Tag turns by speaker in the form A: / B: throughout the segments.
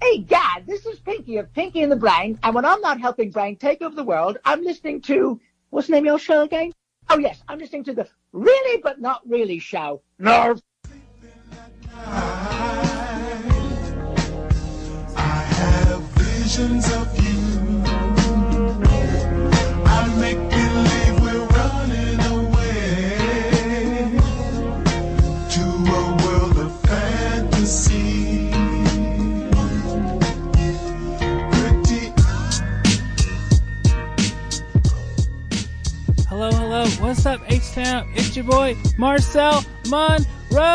A: Hey, Dad, this is Pinky of Pinky and the Brain, and when I'm not helping Brain take over the world, I'm listening to what's the name of your show again? Oh yes, I'm listening to the Really But Not Really show. Nerve.
B: I have visions of you. I make believe we're running away to a world of fantasy. Pretty
C: Hello, hello. What's up, H Town? It's your boy, Marcel Monroe!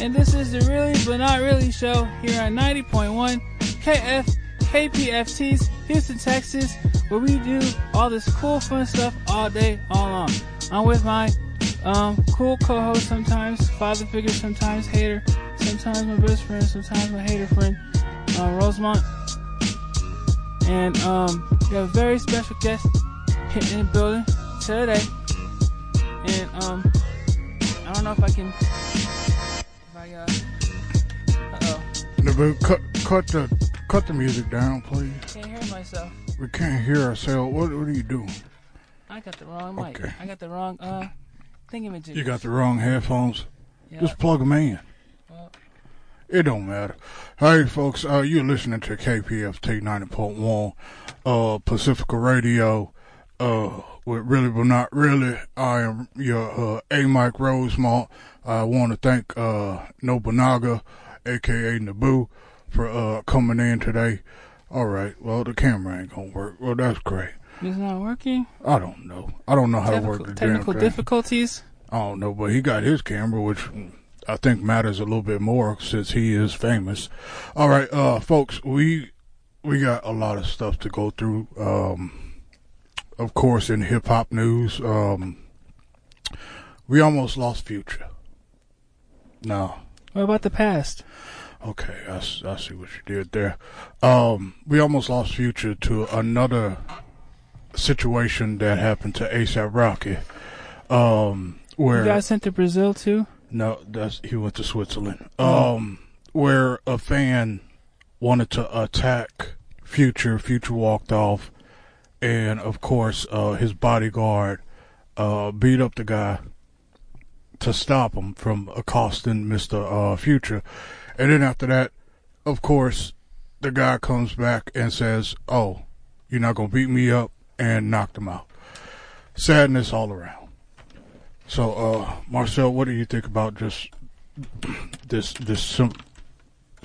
C: And this is the Really But Not Really show here on 90.1 KF KPFT's Houston, Texas, where we do all this cool, fun stuff all day, all long. I'm with my um, cool co host sometimes, father figure sometimes, hater, sometimes my best friend, sometimes my hater friend, uh, Rosemont and um, we have a very special guest here in the building today. And um, I don't know if I can. If I uh, uh oh,
D: Naboo, cut, cut the cut the music down, please.
C: can't hear myself.
D: We can't hear ourselves. What, what are you doing?
C: I got the wrong mic.
D: Okay.
C: I got the wrong uh thingamajig.
D: You got the wrong headphones.
C: yeah.
D: Just plug them in.
C: Well.
D: It don't matter. Hey, folks, uh, you're listening to KPFT 90.1 uh, Pacifica Radio uh, with Really But Not Really. I am your uh, A. Mike Rosemont. I want to thank uh, Nobunaga, a.k.a. Naboo, for uh, coming in today. All right, well, the camera ain't going to work. Well, that's great.
C: It's not working.
D: I don't know. I don't know how to work
C: Technical,
D: the damn
C: technical
D: thing.
C: difficulties.
D: I don't know, but he got his camera, which I think matters a little bit more since he is famous. All right, uh, folks, we we got a lot of stuff to go through. Um, of course, in hip hop news, um, we almost lost Future. No,
C: What about the past?
D: Okay, I, s- I see what you did there. Um, we almost lost Future to another situation that happened to ASAP Rocky. Um, where
C: You guys sent to Brazil too.
D: no, that's he went to Switzerland. Um, where a fan wanted to attack Future. Future walked off, and of course, uh, his bodyguard uh, beat up the guy to stop him from accosting Mister uh, Future. And then after that, of course, the guy comes back and says, "Oh, you're not gonna beat me up," and knocked him out. Sadness all around. So, uh, Marcel, what do you think about just this? This some,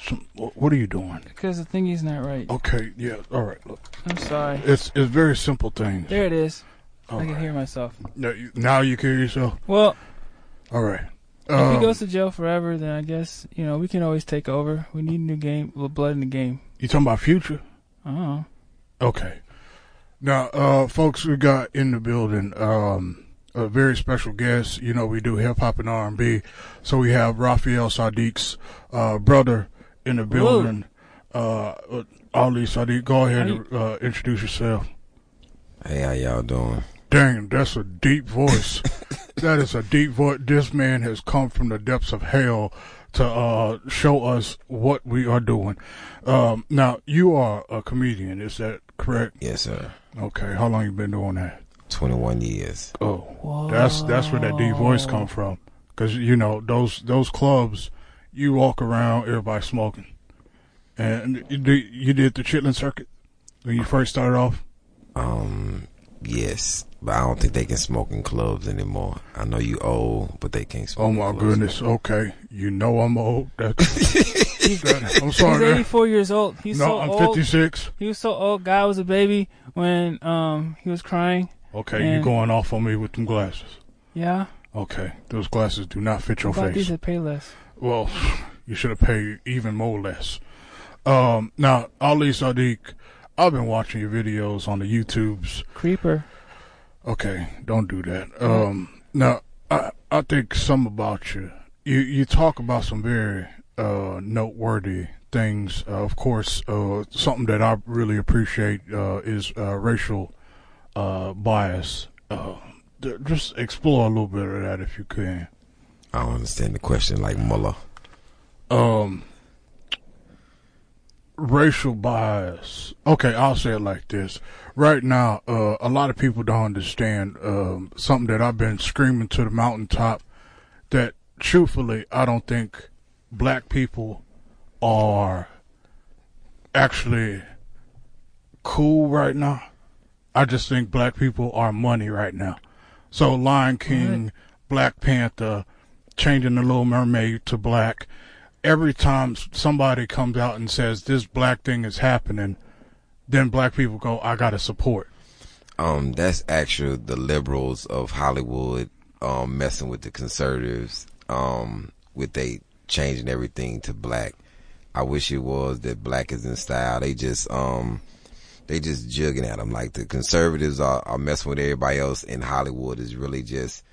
D: some. wh- What are you doing?
C: Because the thingy's not right.
D: Okay, yeah, all right. Look,
C: I'm sorry.
D: it's it's very simple thing.
C: There it is.
D: All
C: I can
D: right.
C: hear myself.
D: Now you, now you can hear yourself.
C: Well,
D: All right.
C: If
D: Um,
C: he goes to jail forever, then I guess you know we can always take over. We need a new game, a little blood in the game.
D: you talking about future?
C: Oh,
D: Okay. Now, uh, folks, we got in the building um, a very special guest. You know, we do hip hop and R and B, so we have Raphael Sadiq's uh, brother in the building. Uh, uh, Ali Sadiq, go ahead and uh, introduce yourself.
E: Hey, how y'all doing?
D: Dang, that's a deep voice. that is a deep voice. This man has come from the depths of hell to uh, show us what we are doing. Um, now, you are a comedian, is that correct?
E: Yes, sir.
D: Okay, how long you been doing that?
E: 21 years.
D: Oh, that's that's where that deep voice come from. Cause you know those those clubs, you walk around, everybody smoking, and you, do- you did the Chitlin circuit when you first started off.
E: Um, yes, but I don't think they can smoke in clubs anymore. I know you old, but they can't smoke.
D: Oh
E: in
D: my
E: clubs.
D: goodness. Okay, you know I'm old. That's, that- I'm
C: he's
D: sorry.
C: 84 years old. He's
D: no,
C: so
D: I'm
C: old.
D: 56.
C: He was so old. Guy was a baby when um he was crying.
D: Okay,
C: Yeah.
D: you going off on me with them glasses?
C: Yeah,
D: Okay, those glasses do not fit your
C: What about
D: face.
C: these at Payless.
D: Well, you should have paid even more less. Um, now, Ali Sadiq, I've been watching your videos on the YouTubes.
C: Creeper.
D: Okay, don't do that. Um, now, I, I think some about you. You you talk about some very uh, noteworthy things. Uh, of course, uh, something that I really appreciate uh, is uh, racial uh, bias. Uh, th- just explore a little bit of that if you can.
E: I don't understand the question like Muller.
D: um racial bias. Okay, I'll say it like this. Right now, uh, a lot of people don't understand um, something that I've been screaming to the mountaintop. That truthfully, I don't think black people are actually cool right now. I just think black people are money right now. So Lion King, Black Panther, changing the Little Mermaid to black. Every time s- somebody comes out and says this black thing is happening, then black people go, "I gotta support."
E: Um, that's actually the liberals of Hollywood um, messing with the conservatives um, with they changing everything to black. I wish it was that black is in style. They just um, they just jugging at them like the conservatives are, are messing with everybody else in Hollywood is really just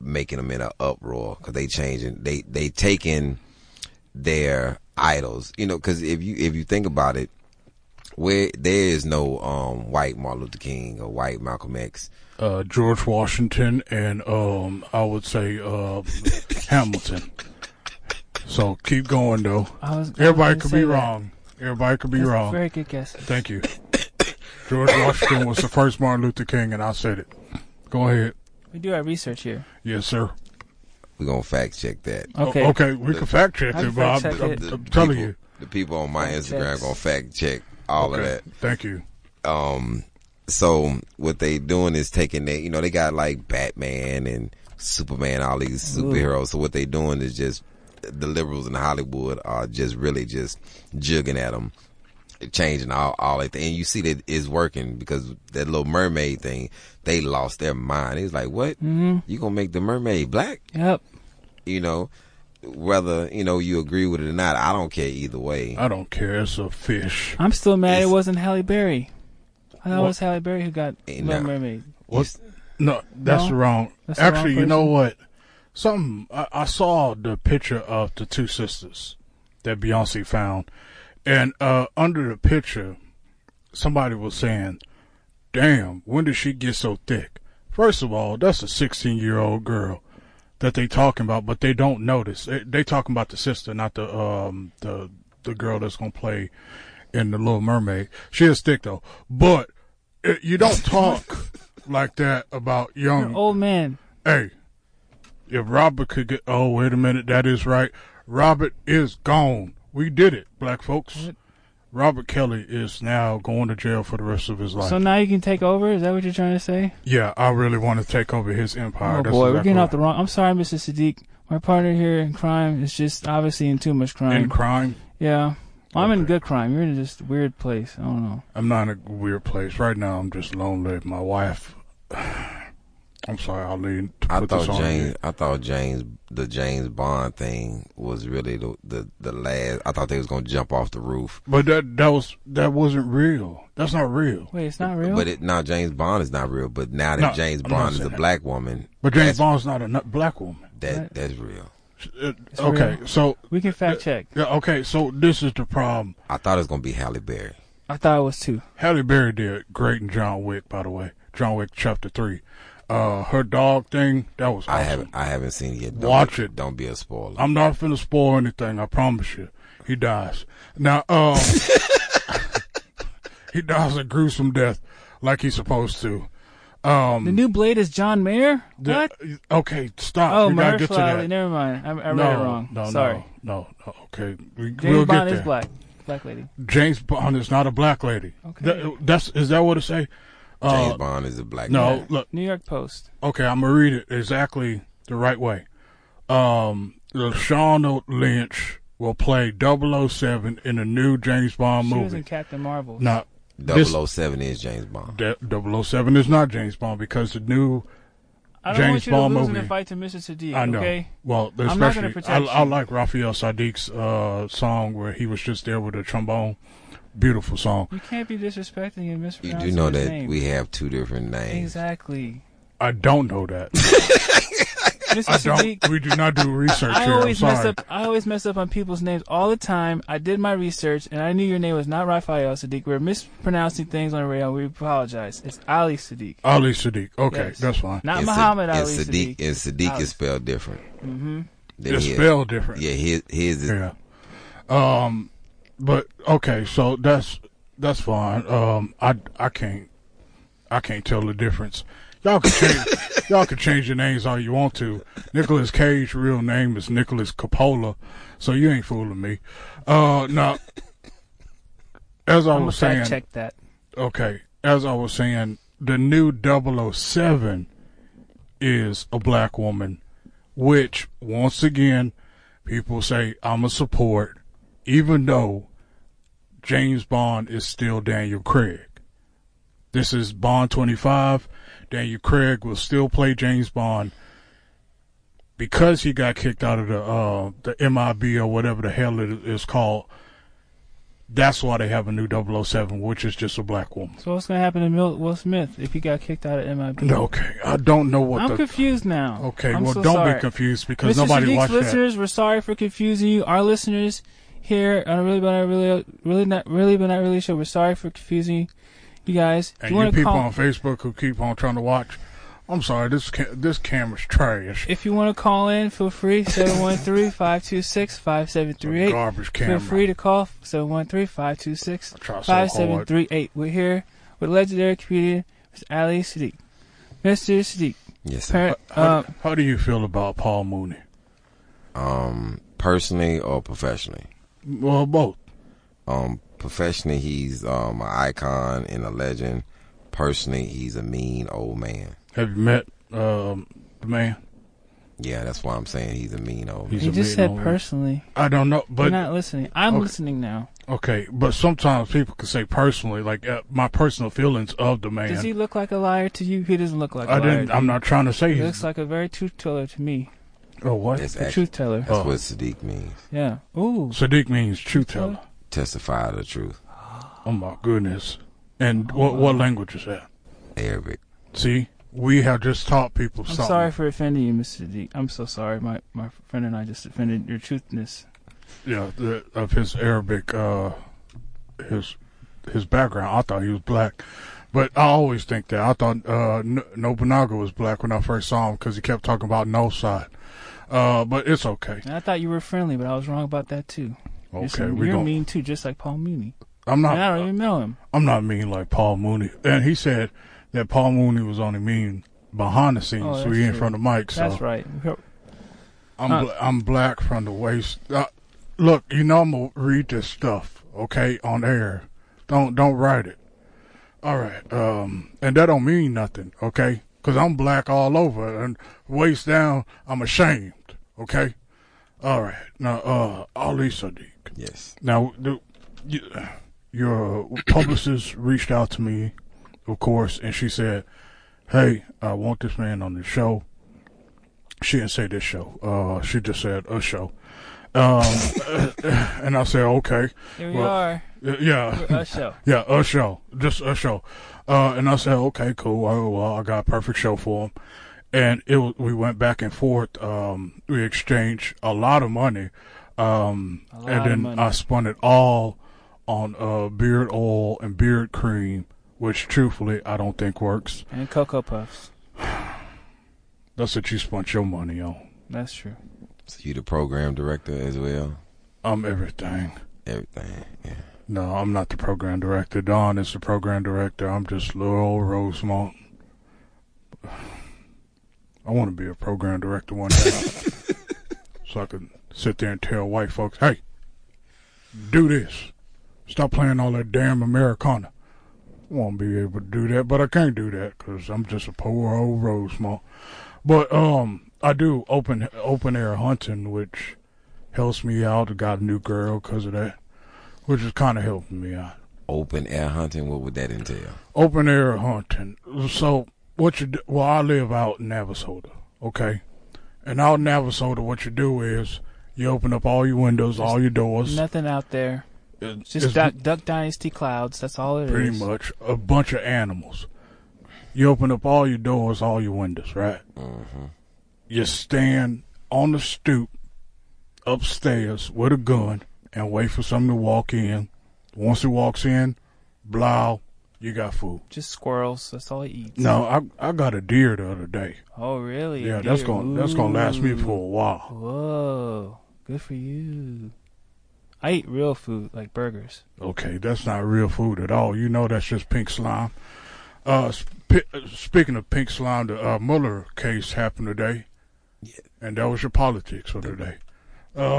E: making them in an uproar because they changing they they taking their idols. You know, because if you if you think about it, where there is no um white Martin Luther King or white Malcolm X.
D: Uh, George Washington and um, I would say uh, Hamilton. So keep going though.
C: I was, I was
D: Everybody
C: gonna
D: could
C: say
D: be
C: that.
D: wrong. Everybody could be
C: That's a
D: wrong.
C: Very good guess.
D: Thank you. George Washington was the first Martin Luther King, and I said it. Go ahead.
C: We do our research here.
D: Yes, sir.
E: We're gonna fact check that.
D: O-
C: Okay.
D: Oh, okay, we can fact check
C: I
D: it,
C: can
D: Bob.
C: fact check
D: I'm,
C: it.
D: I'm telling
E: people,
D: you.
E: the people on my
C: Fact
E: Instagram
C: checks.
E: gonna fact check all
D: Okay,
E: of
D: Thank you.
E: that. Um, so what they doing is taking they, you know, they got like Batman and Superman, all these superheroes. So what they doing is just the liberals in Hollywood are just really just jugging at them. changing all all that thing. And you see that it's working because that little mermaid thing, they lost their mind. It's like, what? mm You gonna make the mermaid black?
C: Yep.
E: You know, whether you know you agree with it or not, I don't care either way.
D: I don't care. It's a fish.
C: I'm still mad it
E: It's-
C: wasn't Halle Berry. I thought it
D: What?
C: was Halle Berry who got
E: Ain't
C: Little
E: no-
C: Mermaid.
D: What? No, that's
C: No,
D: wrong.
C: that's the wrong
D: Actually, you know
C: person.
D: what? Something I, I saw the picture of the two sisters that Beyonce found, and uh, under the picture, somebody was saying, "Damn, when did she get so thick?" First of all, that's a sixteen-year-old girl that they talking about, but they don't notice. They, they talking about the sister, not the um the the girl that's gonna play in the Little Mermaid. She is thick though, but it, you don't talk like that about
C: You're an
D: young.
C: old man.
D: Hey, if Robert could get. Oh, wait a minute. That is right. Robert is gone. We did it, black folks. Robert Kelly is now going to jail for the rest of his life.
C: So now you can take over. Is that what you're trying to say?
D: yeah, I really want to take over his empire.
C: oh
D: That's
C: boy, we're
D: exactly
C: getting off the
D: right.
C: wrong. I'm sorry, Mr. Sadiq. My partner here in crime is just obviously in too much crime.
D: In crime,
C: yeah. Well, I'm in
D: Okay.
C: good crime. You're in just weird place. I don't know.
D: I'm not in a weird place right now. I'm just lonely. My wife. I'm sorry, I'll leave. To
E: I
D: put
E: thought
D: this on
E: James,
D: you.
E: I thought James, the James Bond thing was really the, the the last. I thought they was gonna jump off the roof,
D: But that that was that wasn't real. That's not real.
C: Wait, it's not real.
E: but it now James Bond is not real. But now that
D: No,
E: James
D: I'm not
E: Bond is
D: saying
E: a
D: that.
E: black woman,
D: But James Bond's not a n- black woman.
E: that that's real.
D: Uh, okay,
C: real.
D: so
C: we can fact check.
D: Yeah, okay, so this is the problem.
E: I thought it was gonna be Halle Berry.
C: I thought it was two.
D: Halle Berry did great in John Wick, by the way. John Wick Chapter Three. Uh, her dog thing that was. Awesome.
E: I haven't I haven't seen it yet. Don't
D: Watch
E: be-
D: it.
E: Don't be a spoiler.
D: I'm not finna spoil anything. I promise you. He dies. Now, um, he dies a gruesome death, like he's supposed to.
C: The new blade is John Mayer.
D: Um, The-
C: What?
D: Okay, stop.
C: Oh,
D: we gotta
C: Mahershala
D: get to that.
C: Ali. Never mind. I, I read
D: no,
C: it wrong.
D: no,
C: Sorry.
D: no, no, no. Okay, we,
C: James
D: we'll
C: Bond
D: get
C: is
D: there.
C: black. Black lady.
D: James Bond is not a black lady.
C: Okay.
D: Th- that's is that what it say? Uh,
E: James Bond is a black.
D: no,
E: man.
D: look.
C: New York Post.
D: Okay, I'm gonna read it exactly the right way. Um, Lashawna Lynch will play 007 in the new James Bond
C: She was in
D: movie.
C: Captain Marvel.
D: Now, this
E: 007 is James Bond.
D: de- 007 is not James Bond because the new
C: I don't
D: James
C: want you to
D: Bond
C: lose in
D: movie.
C: a fight to Mr. Sadiq.
D: I know.
C: Okay.
D: Well,
C: I'm not
D: especially
C: gonna
D: I,
C: protect
D: I
C: you.
D: like Raphael Sadiq's uh, song where he was just there with a trombone. Beautiful song.
C: You can't be disrespecting and
E: You
C: mispronouncing
E: do know
C: his
E: that
C: name.
E: we have two different names.
C: exactly.
D: I don't know that.
C: Mr.
D: I
C: Sadiq,
D: don't. We do not do research
C: I
D: here. I'm
C: always mess
D: sorry.
C: up. I always mess up on people's names all the time. I did my research and I knew your name was not Raphael Sadiq. We're mispronouncing things on the radio. We apologize. It's Ali Sadiq.
D: Ali Sadiq. Okay,
C: Yes.
D: that's fine.
C: Not
E: And Sa-
C: Muhammad
E: and
C: Ali Sadiq.
E: Sadiq. And Sadiq
C: Ali.
E: is spelled different. Mm-hmm.
D: It's spelled different.
E: Yeah, his his is
D: Yeah. Um, but okay, so that's that's fine. Um, I I can't I can't tell the difference. Y'all can change y'all can change your names all you want to. Nicholas Cage real name is Nicholas Coppola, so you ain't fooling me. Uh, now as I
C: I'm gonna
D: was
C: fact
D: saying,
C: check that.
D: okay, as I was saying, the new 007 is a black woman, which once again, people say I'm a support, even though James Bond is still Daniel Craig. This is Bond 25. Daniel Craig will still play James Bond because he got kicked out of the uh, the MIB or whatever the hell it is called. That's why they have a new 007, which is just a black woman.
C: So what's gonna happen to Mil- Will Smith if he got kicked out of MIB?
D: Okay, I don't know what
C: I'm
D: the.
C: confused now.
D: Okay,
C: I'm
D: well,
C: so
D: don't
C: sorry.
D: be confused because
C: Mr.
D: nobody
C: Sadiq's
D: watched that.
C: listeners, we're sorry for confusing you. Our listeners here on a really but not really, really not really but not really show, we're sorry for confusing you, you guys. If
D: And
C: you
D: you,
C: want to
D: people
C: call,
D: on Facebook who keep on trying to watch, I'm sorry, this ca- this camera's trash.
C: if you want to call in, feel free 713-526-5738.
D: Garbage
C: Feel
D: camera.
C: free to call 713-526-5738.
D: try so hard.
C: We're here with legendary comedian Mr. Ali Sadiq. Mr. Sadiq,
E: Yes, sir.
C: parent,
D: How,
C: uh,
D: how do you feel about Paul Mooney?
E: Um, personally or professionally?
D: Well, both.
E: Um, professionally, he's um an icon and a legend. Personally, he's a mean old man.
D: Have you met um, the man?
E: Yeah, that's why I'm saying he's a mean old. man.
D: He's
C: you
D: a
C: just
D: mean
C: said
D: old man.
C: personally.
D: I don't know,
C: You're
D: but
C: not listening. I'm
D: okay.
C: listening now.
D: okay, but sometimes people can say personally, like uh, my personal feelings of the man.
C: Does he look like a liar to you? He doesn't look like a
D: I
C: liar.
D: didn't. I'm not trying to say
C: He
D: he's.
C: looks like a very truth teller to me.
D: oh what?
E: That's
C: A
E: actually
C: truth teller.
E: that's
D: Oh.
E: what Sadiq means.
C: Yeah. Ooh.
D: Sadiq means truth teller.
E: Testify the truth.
D: Oh my goodness! And what what language is that?
E: Arabic.
D: See, we have just taught people
C: I'm
D: something.
C: sorry for offending you, Mr. D. I'm so sorry. My my friend and I just offended your truthness.
D: Yeah, the, of his Arabic, uh, his his background. I thought he was black, but I always think that. I thought uh, N- Nobunaga was black when I first saw him because he kept talking about no side. Uh, but it's okay.
C: And I thought you were friendly, but I was wrong about that too. You're,
D: Okay,
C: some-
D: we
C: you're
D: going
C: mean too, just like Paul Mooney.
D: I'm not.
C: And I don't even know him.
D: I'm not mean like Paul Mooney. And he said that Paul Mooney was only mean behind the scenes,
C: Oh,
D: so
C: that's
D: he ain't
C: true.
D: front of the mic. So
C: That's right.
D: I'm
C: Huh.
D: bla- I'm black from the waist. Uh, look, you know I'm gonna read this stuff, okay, on air. Don't don't write it. All right. Um, and that don't mean nothing, okay? Cause I'm black all over, and waist down, I'm ashamed, okay? All right. Now, uh, Ali Sadiq.
E: Yes.
D: Now, the, y- your publicist reached out to me, of course, and she said, "Hey, I want this man on the show." She didn't say this show. Uh, she just said a show. Um, and I said, "Okay,
C: Here we
D: Well,
C: are.
D: y- yeah."
C: We're a show.
D: Yeah, a show, just a show, uh, and I said, okay, cool. I, well, I got a perfect show for him, and it wa- we went back and forth. Um, we exchanged a lot of money, um,
C: A lot
D: and
C: of
D: then
C: money.
D: I spun it all on uh, beard oil and beard cream, which truthfully I don't think works.
C: And Cocoa Puffs.
D: That's what you spent your money on.
C: That's true.
E: So you the program director as well.
D: I'm everything.
E: Everything. Yeah.
D: No, I'm not the program director. Don is the program director. I'm just little old Rosemont. I want to be a program director one day. so I can sit there and tell white folks, hey, do this. Stop playing all that damn Americana. I won't be able to do that, but I can't do that because I'm just a poor old Rosemont. But um, I do open open air hunting, which helps me out. I got a new girl because of that which is kind of helping me out.
E: Open air hunting. What would that entail?
D: Open air hunting. So what you do? Well, I live out in Navasota, okay, and out in Navasota, what you do is you open up all your windows, all your doors.
C: Nothing out there.
D: It's
C: Just Duck, Duck Dynasty clouds. That's all it is.
D: pretty much a bunch of animals. You open up all your doors, all your windows, right?
E: Mm-hmm.
D: You stand on the stoop upstairs with a gun and wait for something to walk in. Once it walks in, blow, you got food.
C: Just squirrels. That's all it eats.
D: No, I I got a deer the other day.
C: Oh, really?
D: Yeah,
C: A
D: that's
C: deer.
D: gonna that's gonna last me for a
C: Ooh.
D: while.
C: Whoa. Good for you. I eat real food like burgers.
D: Okay, that's not real food at all. You know that's just pink slime. Uh, sp- speaking of pink slime, the uh, Mueller case happened today, and that was your politics for today. Uh,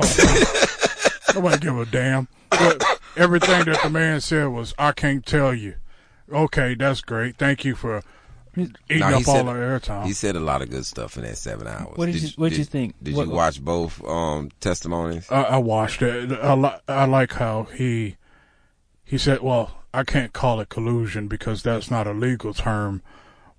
D: nobody give a damn. But everything that the man said was, "I can't tell you." Okay, that's great. Thank you for eating
E: Nah, he
D: up all
E: said-
D: the airtime.
E: He said a lot of good stuff in that seven hours.
C: What did you- what did you think?
E: Did
C: What-
E: you watch both um, testimonies?
D: I, I watched it. I, li- I like how he he said, "Well, I can't call it collusion because that's not a legal term,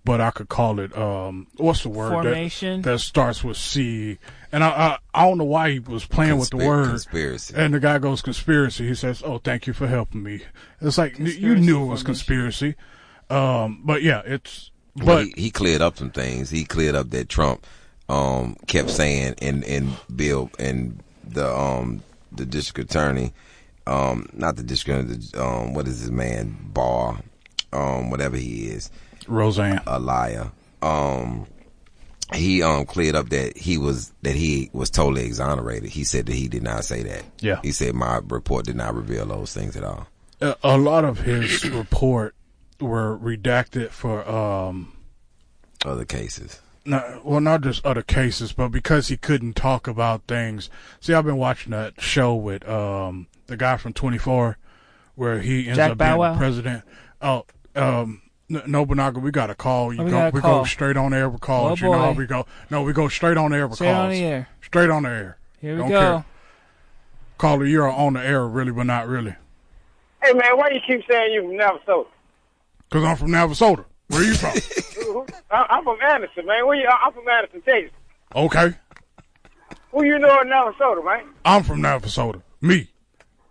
D: but I could call it um what's the word that-
C: Formation?
D: that, starts with C." And I, I I don't know why he was playing with the
E: Conspir-
D: word
E: conspiracy.
D: And the guy goes conspiracy. He says, "Oh, thank you for helping me." It's like n- you
C: Conspiracy
D: knew it was
C: formation.
D: conspiracy, um, but yeah, it's but
E: Well, he, he cleared up some things. He cleared up that Trump um, kept saying, and and Bill and the um, the district attorney, um, not the district, attorney, the, um, what is his man Barr, um, whatever he is,
D: Roseanne.
E: a liar. Um, he um cleared up that he was that he was totally exonerated. He said that he did not say that.
D: Yeah.
E: he said my report did not reveal those things at all.
D: a a lot of his report were redacted for um
E: Other cases.
D: not, well, not just other cases, but because he couldn't talk about things. See, I've been watching that show with um the guy from 24, where he ends
C: Jack
D: up
C: Bow
D: being
C: Wow?
D: the president. Oh, um, N- no, Bonaga, we got a call. You
C: Oh, we
D: go,
C: got a
D: we
C: call.
D: go straight on air with calls.
C: Oh,
D: you know how
C: boy.
D: we go? No, we go straight on air with
C: Straight
D: calls.
C: on the air.
D: Straight on the air.
C: Here we
D: Don't
C: go.
D: care. Caller, you're on the air, really, but not really,
F: Hey man, why you keep saying you from Navasota?
D: because I'm from Navasota. Where you from?
F: I- I'm from Anderson, man. Where you? I'm from Anderson, Texas.
D: okay,
F: Who you know in Navasota, man?
D: I'm from Navasota. Me.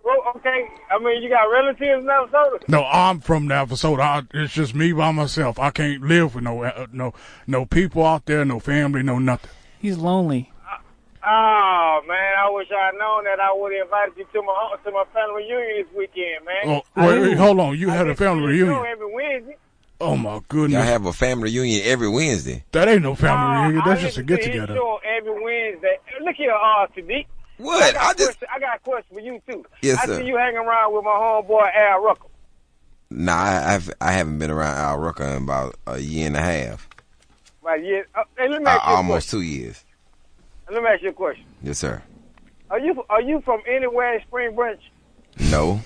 F: Well, okay. I mean, you got relatives in Navasota.
D: No, I'm from Navasota. I, it's just me by myself. I can't live with no uh, no no people out there, no family, no nothing.
C: He's lonely.
F: Oh man, I wish I would known that. I would have invited you to my home, to my family reunion this weekend, man.
D: Oh, wait, wait, hold on. You had a
F: Just
D: family
F: see you
D: reunion.
F: every Wednesday.
D: Oh my
E: Y'all
D: goodness,
E: have a family reunion every Wednesday.
D: that ain't no
F: Oh,
D: family reunion.
F: I
D: That's just a
F: listen
D: get
F: to his
D: together.
F: show Every Wednesday. Look here, uh, Sadiq. I
E: What?
F: got,
E: I
F: a
E: just
F: question, I got a question for you too.
E: Yes,
F: I
E: sir.
F: see you hanging around with my homeboy Al Rucker.
E: Nah, I, I've I haven't been around Al Rucker in about a year and a half,
F: Right? Yeah. Uh, hey, let me
E: I,
F: ask you a
E: almost two years.
F: question. Let me ask you a question.
E: Yes, sir.
F: Are you are you from anywhere in Spring Branch?
E: No,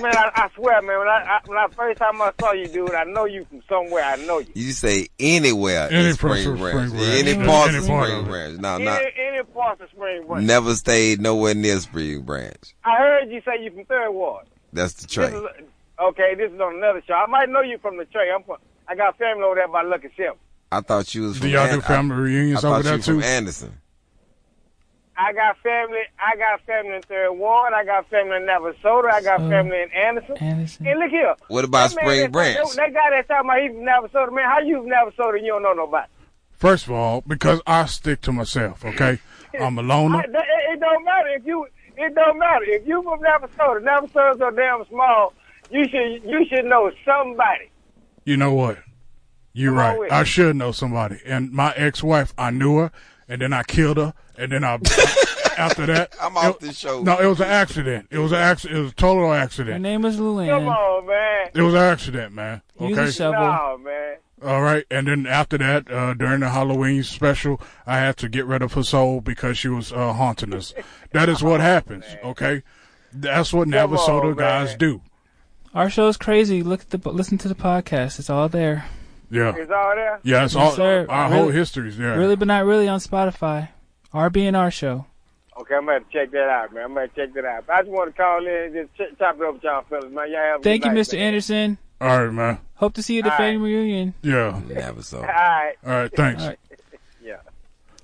F: Man, I, I swear, man. When I, I when I first time I saw you, dude, I know you from somewhere. I know you.
E: you say anywhere
D: Any
E: in
D: parts
E: Spring
D: of
E: Branch,
D: Spring Branch.
E: any
D: Yeah,
E: part
D: any
E: of
D: part
E: Spring
D: of it.
E: Branch. No,
F: Any,
E: not
F: any part of Spring Branch.
E: never stayed nowhere near Spring Branch.
F: I heard you say you from Third Ward.
E: That's the
F: This
E: train.
F: is- okay, this is on another show. I might know you from the tray. I'm from, I got family over there by Lucky Ship.
E: I thought you was
D: Do
E: from.
D: y'all do
E: An- I-
D: family
E: I,
D: reunions over
E: thought
D: there
E: you from
D: too?
E: Anderson.
F: I got family. I got family in Third Ward. I got family in Navasota. I got
C: So-
F: family in Anderson.
C: Anderson.
F: And look here.
E: What about
F: That man
E: Spring
F: that's-
E: Branch?
F: That, that guy that's talking about he's from Navasota, man. How you from Navasota and you don't know nobody?
D: First of all, because I stick to myself. Okay, I'm a
F: I,
D: loner.
F: that, it, it don't matter if you. It don't matter if you from Navasota. Navasota's so damn small. You should you should know somebody.
D: You know what? You're
F: Come on
D: right.
F: with
D: I
F: it.
D: should know somebody. And my ex-wife, I knew her, and then I killed her, and then I. after that,
E: I'm off
D: it-
E: this show.
D: No, it was an accident. It was an accident. It was a total accident.
C: Her name is
F: Come
C: Luann.
F: on, man.
D: It was an accident, man.
C: Use a
D: Okay.
C: shovel.
F: No, man.
D: All right. And then after that, uh, during the Halloween special, I had to get rid of her soul because she was uh, haunting us. That is
E: Oh,
D: what happens. Okay. That's what Navasota
F: on,
D: guys
F: man.
D: do.
C: Our show's crazy. Look at the listen to the podcast. It's all there.
D: Yeah.
F: It's all there.
D: Yeah. It's
C: Yes,
D: all,
C: sir.
D: our whole
C: Really-
D: history's there.
C: Really, but not really on Spotify. RB&R show.
F: Okay, I'm gonna have to check that out, man. I'm gonna check that out. I just want to call in and just ch- chop it up with y'all fellas, man. Y'all have a
C: Thank
F: good
C: you,
F: night,
C: Mr.
F: man.
C: Anderson.
D: All right, man.
C: Hope to see you at the
F: All right.
C: family reunion.
D: Yeah.
E: Never so.
F: All right.
D: All right. Thanks.
C: All right.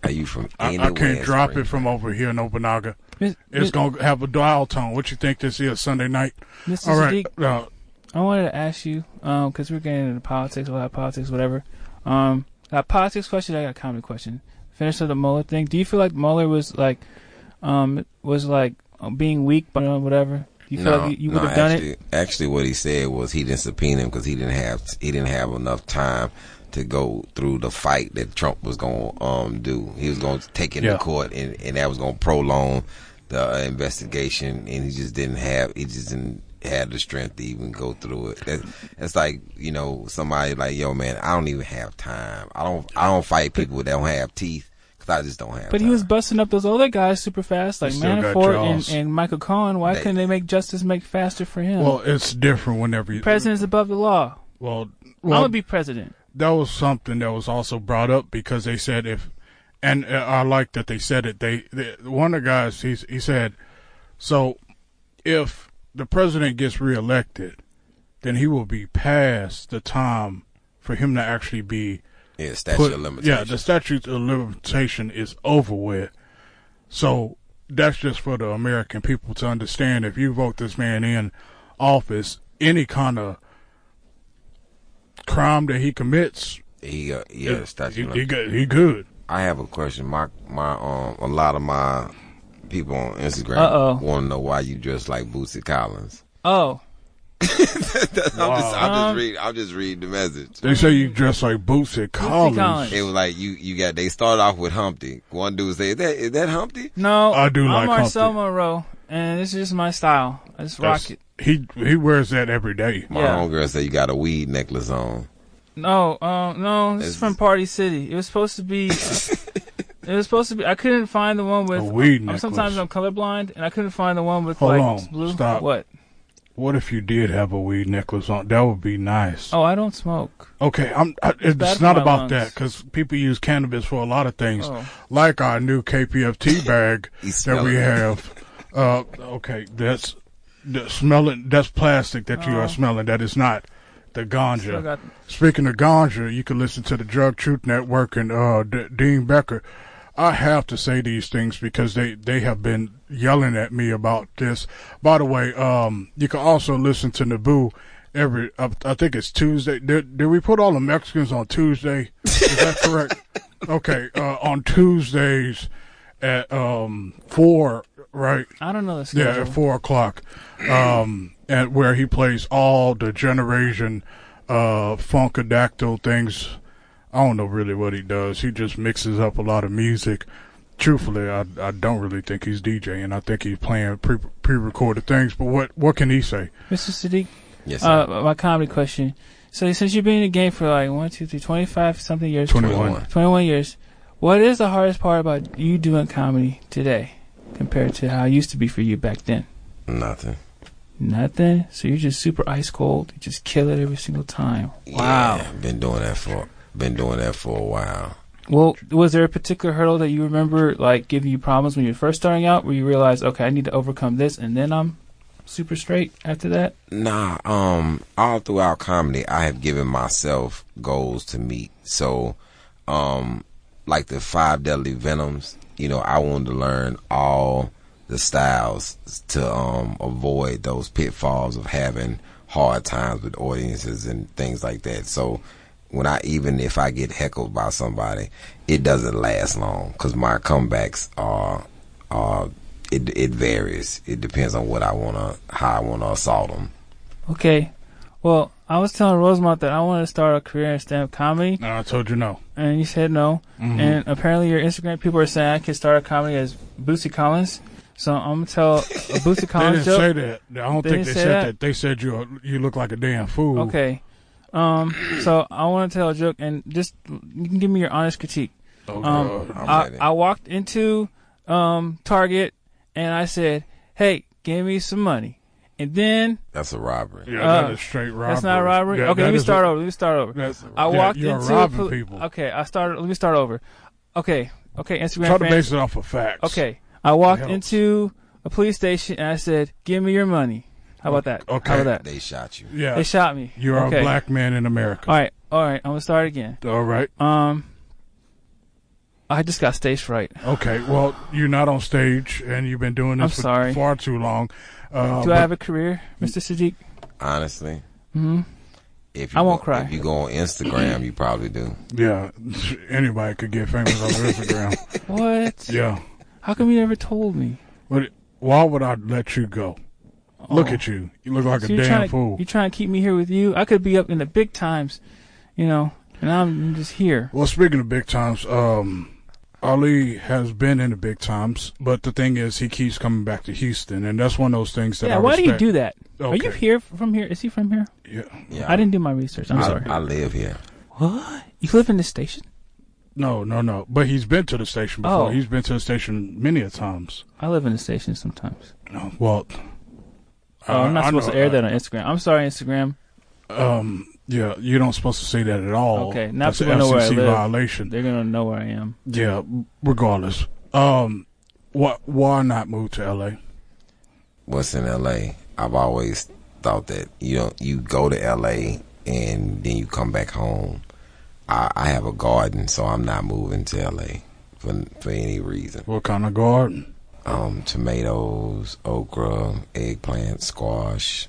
E: Are you from
D: I,
E: anywhere?
D: I can't
E: in
D: drop
E: Spring
D: it from over here in Obanaga.
C: Mis-
D: It's
C: mis-
D: going to have a dial tone. What you think this is, Sunday night?
C: Mr.
D: All right.
C: Sadiq,
D: Uh,
C: I wanted to ask you, um, because we're getting into politics, a lot of politics, whatever. Um, I got a politics question, I got a comedy question. Finish up the Mueller thing. Do you feel like Mueller was like, um, was like um, being weak, but uh, whatever? Do you feel
E: no,
C: like you, you
E: no,
C: would have done
E: actually,
C: it?
E: Actually, what he said was he didn't subpoena him because he didn't have he didn't have enough time to go through the fight that Trump was going to um do. He was going to take it
D: Yeah.
E: to court, and, and that was going to prolong the uh, investigation, and he just didn't have he just didn't have the strength to even go through it. That, that's like you know somebody like yo man, I don't even have time. I don't I don't fight people that don't have teeth because I just don't have.
C: But he
E: time.
C: was busting up those other guys super fast, like
D: still got
C: Manafort
D: jaws.
C: and, and Michael Cohen. Why
E: They-
C: couldn't they make justice make faster for him?
D: Well, it's different whenever you.
C: President's above the law.
D: well,
C: I'm
D: well,
C: gonna be president.
D: that was something that was also brought up because they said if, and uh, I like that they said it. They, they one of the guys he he said, so if the president gets reelected, then he will be past the time for him to actually be
E: yeah statute
D: put-
E: of
D: Yeah,
E: limitations.
D: the statute of limitation is over with. So that's just for the American people to understand. If you vote this man in office, any kind of crime that he commits,
E: he uh, yeah statute
D: he,
E: of
D: he,
E: limitations.
D: good, he good.
E: I have a question. My my um a lot of my people on
C: Uh-oh.
E: Instagram want to know why you dress like Bootsy Collins.
C: Oh,
E: I'm just I'm
C: Um,
E: just reading I'm just reading the message.
D: They say you dress like Bootsy Collins.
C: Collins.
E: It was like you you got they started off with Humpty. One dude say, Is that is that Humpty?
C: no,
D: I do
C: I'm
D: like
C: Marcel
D: Humpty.
C: Monroe, and this is just my style. I just rock
D: That's-
C: it.
D: He he wears that every day.
E: My
C: Yeah.
E: homegirl said you got a weed necklace on.
C: No, um, no, this is
E: It's-
C: from Party City. It was supposed to be. it was supposed to be. I couldn't find the one with.
D: A weed
C: I'm,
D: necklace.
C: sometimes I'm colorblind, and I couldn't find the one with
D: Hold
C: like
D: on,
C: blue.
D: stop.
C: What?
D: What if you did have a weed necklace on? That would be nice.
C: Oh, I don't smoke.
D: Okay, I'm. I, it's
C: bad for
D: not
C: my
D: about that 'cause that
C: lungs.
D: because people use cannabis for a lot of things,
C: Oh.
D: like our new KPFT bag
E: You
D: that
E: smell
D: we
E: it.
D: have. Uh, okay, that's the smelling. That's plastic that you are smelling. That is not the
C: Oh. Still
D: ganja.
C: got-
D: Speaking of ganja, you can listen to the Drug Truth Network and uh, D- Dean Becker. I have to say these things because they, they have been yelling at me about this. By the way, um, you can also listen to Naboo every, I, I think it's Tuesday. Did, did we put all the Mexicans on Tuesday? Is that correct? okay, uh, on Tuesdays at um, 4, right?
C: I don't know the schedule.
D: Yeah, at four o'clock, um, and where he plays all the generation, uh, funkadactyl things. I don't know really what he does. He just mixes up a lot of music. Truthfully, I I don't really think he's DJing. I think he's playing pre pre recorded things. But what what can he say?
C: Mr. Sadiq,
E: Yes. sir.
C: uh, my comedy question. So since you've been in the game for like one, two, three, 25 something years,
D: 21.
C: 21 years, what is the hardest part about you doing comedy today compared to how it used to be for you back then?
E: Nothing.
C: Nothing. So you're just super ice cold. You just kill it every single time. Wow.
E: Yeah, been doing that for been doing that for a while.
C: Well, was there a particular hurdle that you remember like giving you problems when you were first starting out, where you realized, okay, I need to overcome this, and then I'm super straight after that?
E: Nah, um, all throughout comedy, I have given myself goals to meet. So, um, like the five deadly venoms, you know, I wanted to learn all the styles to um avoid those pitfalls of having hard times with audiences and things like that. So, when I even if I get heckled by somebody, it doesn't last long because my comebacks are are it it varies. It depends on what I wanna how I wanna assault them.
C: Okay. Well, I was telling Rosemont that I wanted to start a career in stand-up comedy,
D: No, I told you no.
C: and you said no.
D: Mm-hmm.
C: And apparently, your Instagram people are saying I can start a comedy as Boosie Collins. So I'm gonna tell a Boosie
D: They didn't
C: Collins
D: say
C: joke.
D: that. I don't
C: They didn't
D: think
C: say
D: they said that.
C: that?
D: They said you a- you look like a damn fool.
C: Okay. Um. So I want to tell a joke, and just you can give me your honest critique. Um,
D: Oh, God.
E: I'm
C: I,
E: ready.
C: I walked into um, Target and I said, "Hey, give me some money." And then
E: That's a robbery.
D: yeah,
C: uh,
D: that is straight robbery.
C: that's not robbery.
D: Yeah,
C: okay,
D: that
C: let me
D: is
C: start
D: a-
C: over. Let me start over.
D: that's-
C: I
D: yeah,
C: walked
D: you are
C: into
D: robbing
C: poli-
D: people.
C: Okay, I started. Let me start over. Okay, okay, Instagram
D: Try to
C: fans.
D: base it off of facts.
C: Okay, I walked
D: helps.
C: into a police station and I said, "Give me your money." How about that?
D: Okay.
C: How about that?
E: They shot you.
D: Yeah.
C: They shot me.
D: You are
C: okay.
D: a black man in America.
C: All right, all right. I'm gonna start again.
D: All right.
C: Um, I just got stage fright.
D: Okay. Well, you're not on stage, and you've been doing this
C: I'm
D: for
C: sorry.
D: far too long. Uh,
C: Do I have a career, Mr. Sadiq?
E: Honestly. Mm-hmm. If you
C: I won't
E: go,
C: cry.
E: If you go on Instagram, you probably do.
D: yeah. Anybody could get famous on Instagram.
C: What?
D: yeah.
C: How come you never told me?
D: But why would I let you go? Look at you. You look like
C: Oh. So
D: a
C: you're
D: damn
C: trying to,
D: fool.
C: You're trying to keep me here with you. I could be up in the big times, you know, and I'm just here.
D: well, speaking of big times, um, Ali has been in the big times, but the thing is, he keeps coming back to Houston, and that's one of those things that
C: yeah,
D: I
C: why do you
D: respect.
C: do that? Are
D: Okay.
C: you here from here? Is he from here?
D: Yeah.
E: Yeah,
C: I didn't do my research. I'm
E: I,
C: sorry.
E: I live here.
C: what? You live in the station?
D: No, no, no. But he's been to the station before.
C: Oh.
D: He's been to the station many a times.
C: I live in the station sometimes.
D: No, well,
C: Oh, I'm not
D: I- I
C: supposed to
D: know-
C: air that on Instagram. I'm sorry, Instagram.
D: Um, yeah, you're not supposed to say that at all.
C: Okay, now
D: That's an
C: people know where I
D: FCC
C: live.
D: violation.
C: They're gonna know where I am.
D: Yeah, regardless. Um, why why not move to LA?
E: What's in L.A. I've always thought that you know you go to L.A. and then you come back home. I, I have a garden, so I'm not moving to L.A. for for any reason.
D: What kind of garden?
E: Um, tomatoes, okra, eggplant, squash,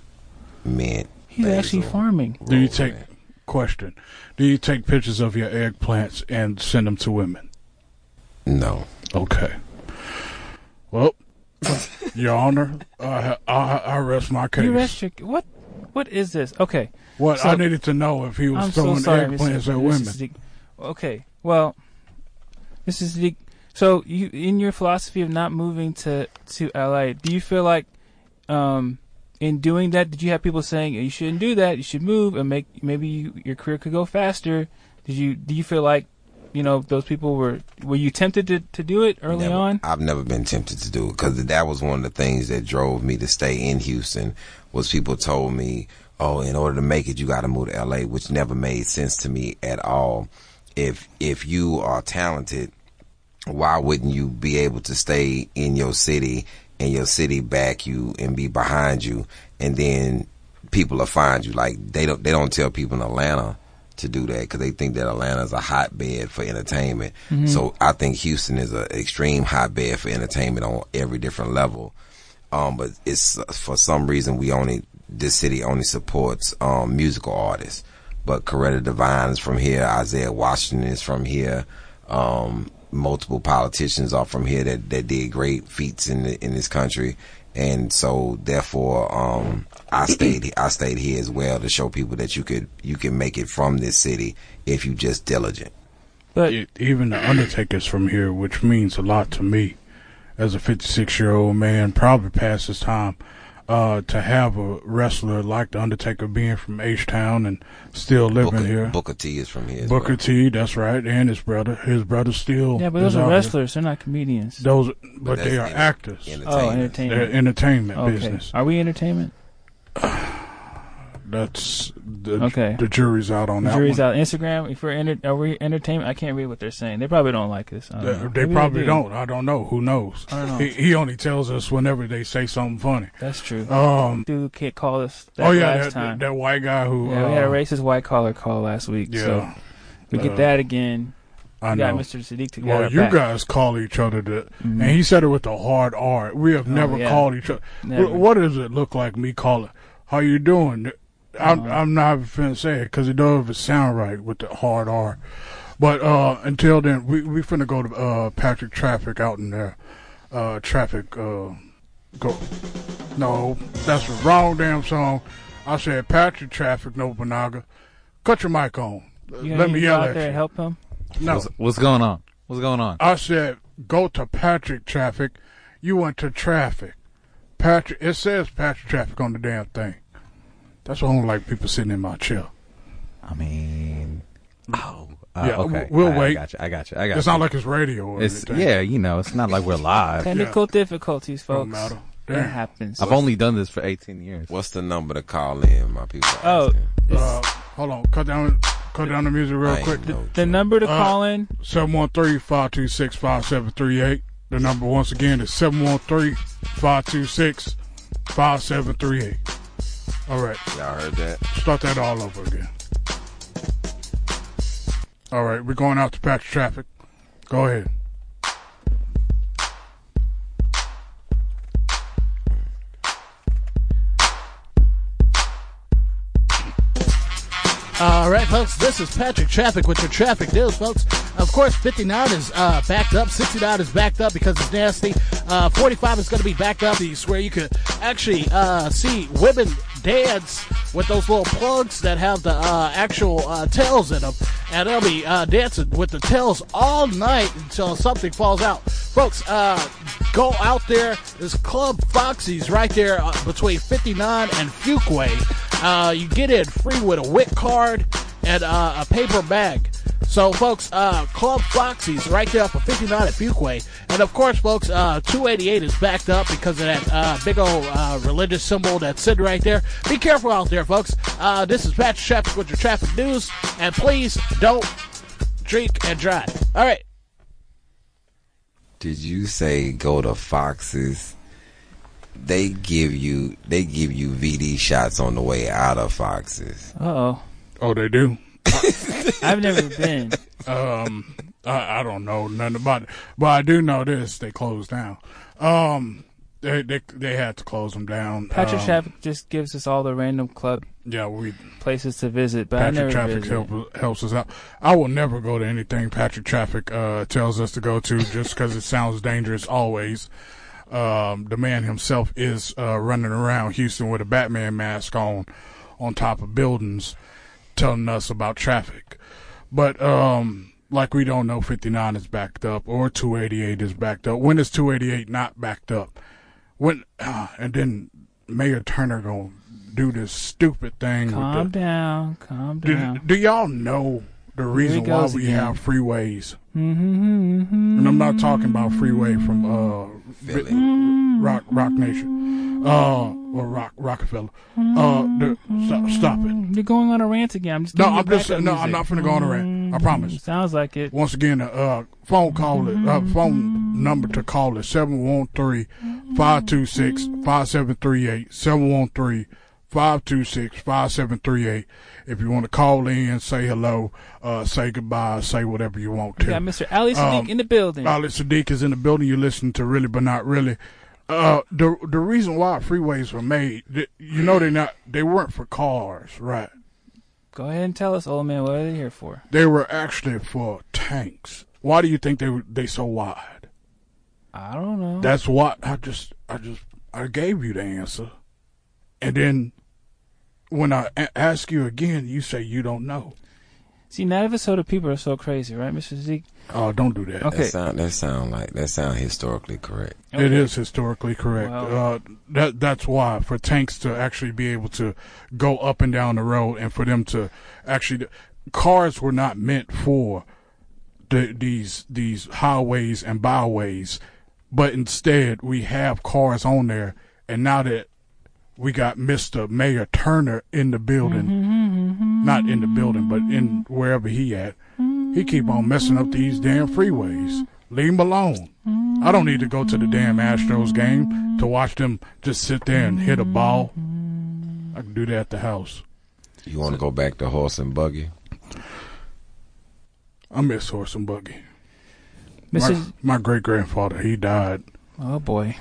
E: mint.
C: He's actually
E: basil,
C: farming.
D: Do you
E: rosemary.
D: take question? Do you take pictures of your eggplants and send them to women?
E: No.
D: Okay. Well, Your Honor, I, I I rest my case.
C: You rest your what? What is this? Okay,
D: what
C: so-
D: I needed to know if he was
C: I'm so
D: throwing
C: sorry,
D: eggplants
C: Mr.
D: at women.
C: Mrs. Dick. Okay, well, this is the. So you, in your philosophy of not moving to to LA, do you feel like, um, in doing that, did you have people saying you shouldn't do that? You should move and make maybe you, your career could go faster. Did you do you feel like, you know, those people were were you tempted to to do it early
E: Never-
C: on?
E: I've never been tempted to do it because that was one of the things that drove me to stay in Houston was people told me, oh, in order to make it, you got to move to LA, which never made sense to me at all. If if you are talented, why wouldn't you be able to stay in your city and your city back you and be behind you and then people will find you like they don't they don't tell people in Atlanta to do that because they think that Atlanta's a hotbed for entertainment. So I think Houston is an extreme hotbed for entertainment on every different level. Um, but it's for some reason we only this city only supports um musical artists. But Coretta Devine is from here. Isaiah Washington is from here. Um, multiple politicians are from here that, that did great feats in the, in this country, and so therefore, um, I stayed I stayed here as well to show people that you could you can make it from this city if you just diligent.
C: But
D: E- even the Undertaker's from here, which means a lot to me as a 56 year old man, probably past his time. Uh, to have a wrestler like the Undertaker being from H Town and still living
E: Booker,
D: here,
E: Booker T is from here. as
D: Booker
E: well.
D: T, that's right, and his brother, his brother still.
C: yeah, but those
D: is
C: are
D: out here.
C: wrestlers. They're not comedians.
D: Those, but,
E: that's
D: they are
E: enter-
D: actors.
C: oh,
E: entertainment.
D: They're
C: entertainment.
D: entertainment
C: okay.
D: business.
C: Are we entertainment?
D: That's the
C: Okay.
D: the jury's out on that
C: Jury's
D: one.
C: out. Instagram. If we're enter- are we entertainment? I can't read what they're saying. They probably don't like this. I don't know.
D: They, they
C: Uh, Maybe
D: probably
C: do.
D: don't. I don't know. Who knows?
C: I don't know.
D: He, he only tells us whenever they say something funny.
C: That's true.
D: Um.
C: Dude can't call us. That
D: Oh yeah,
C: last
D: that,
C: time.
D: that, that white guy who.
C: yeah, we had a
D: uh,
C: racist white collar call last week.
D: Yeah,
C: so we
D: uh,
C: get that again.
D: I
C: We got
D: know.
C: Mr. Sadiq to
D: well, you guys call each other that, and he said it with a hard R. We have never
C: Mm-hmm. Oh, yeah.
D: called each other. Wh-
C: Never.
D: What does it look like? Me calling, how you doing? I'm
C: Uh-huh.
D: I'm not even finna say it because it doesn't sound right with the hard R. But uh, until then, we we finna go to uh, Patrick Traffic out in there. Uh, traffic. Uh, go. No, that's the wrong damn song. I said Patrick Traffic, no Banaga. Cut your mic on. Let me yell
C: out
D: at
C: there
D: you.
C: and help him.
D: No.
G: What's, what's going on? What's going on?
D: I said, go to Patrick Traffic. You went to traffic. Patrick, it says Patrick Traffic on the damn thing. That's why I don't like people sitting in my chair.
G: I mean, oh, uh,
D: Yeah,
G: okay.
D: we'll
G: I,
D: wait.
G: I got you. I got you. I got
D: It's
G: you.
D: not like it's radio or
G: it's
D: anything.
G: yeah, you know, it's not like we're live.
C: Technical difficulties, folks.
D: matter.
C: It
D: Damn.
C: happens.
G: I've only done this for 18 years.
E: What's the number to call in, my people?
C: Oh,
E: asking?
D: Uh, hold on, cut down, cut down the music real
E: I ain't
D: quick.
E: no
C: the
E: joke.
C: number to
D: Uh,
C: call in.
D: 713-526-5738. The number once again is 713-526-5738. All right.
E: Y'all heard that?
D: start that all over again. All right, we're going out to patch traffic. Go ahead.
H: All right, folks, this is Patrick Traffic with your traffic news, folks. Of course, 59 is uh, backed up, 69 is backed up because it's nasty. Uh, 45 is going to be backed up east where you could actually uh, see women dance with those little plugs that have the uh, actual uh, tails in them. And they'll be uh, dancing with the tails all night until something falls out. Folks, uh, go out there. This Club Foxy's right there uh, between 59 and Fuquay. Uh, you get in free with a WIC card and uh, a paper bag. So, folks, uh, Club Foxy's right there up at 59 at Fuquay. And, of course, folks, uh, 288 is backed up because of that uh, big old uh, religious symbol that's sitting right there. Be careful out there, folks. Uh, this is Patrick Traffic with your traffic news. And please don't drink and drive. All right.
E: Did you say go to Fox's? They give you they give you VD shots on the way out of Fox's.
C: Uh oh.
D: Oh, they do.
C: I've never been.
D: Um, I, I don't know nothing about it, but I do know this: they closed down. Um, they they they had to close them down.
C: Patrick
D: um,
C: Traffic just gives us all the random club
D: Yeah, we
C: places to visit, but I
D: Patrick
C: never
D: Traffic
C: visit.
D: help, helps us out. I will never go to anything Patrick Traffic uh, tells us to go to just because it sounds dangerous always. Um, the man himself is uh, running around Houston with a Batman mask on, on top of buildings, telling us about traffic. But um, like we don't know, 59 is backed up or 288 is backed up. When is 288 not backed up? When uh, and then Mayor Turner gonna do this stupid thing. with the,
C: Calm down, calm
D: do,
C: down.
D: do y'all know the reason why
C: goes
D: we
C: again. Mm-hmm,
D: have freeways? And I'm not talking about freeway from uh, Ri-
C: Mm-hmm.
D: Rock Rock Nation, uh, or Rock Rockefeller. Uh, the, stop, stop it!
C: You're going on a rant again. I'm just
D: No,
C: giving you
D: I'm just
C: backup
D: no, I'm not
C: music.
D: finna go on a rant. I
C: Mm-hmm.
D: promise.
C: Sounds like it.
D: Once again, a uh, phone call, uh, phone number to call is 713-526-5738, 713-526-5738. If you want to call in, say hello, uh, say goodbye, say whatever you want to.
C: Yeah, Mr. Ali Sadiq
D: Um,
C: in the building.
D: Ali Sadiq is in the building. You're listening to Really But Not Really. Uh, the the reason why freeways were made, th- you know, they not they weren't for cars, right?
C: Go ahead and tell us, old man, what are they here for?
D: They were actually for tanks. Why do you think they were- they so wide?
C: I don't know.
D: That's what I just, I just, I gave you the answer, and then when I a- ask you again, you say you don't know.
C: See, none of us soda people are so crazy, right, Mr. Zeke?
D: Oh, don't do that.
E: That
C: Okay.
E: sound that sound like that sound historically correct.
D: It is historically correct.
C: Wow.
D: Uh, that that's why for tanks to actually be able to go up and down the road, and for them to actually, cars were not meant for the, these these highways and byways, but instead we have cars on there, and now that we got Mister Mayor Turner in the building, not in the building, but in wherever he at, he keep on messing up these damn freeways. Leave him alone. I don't need to go to the damn Astros game to watch them just sit there and hit a ball. I can do that at the house.
E: You want to go back to horse and buggy?
D: I miss horse and buggy.
C: Mr.
D: My, my great grandfather, he died
C: Oh boy,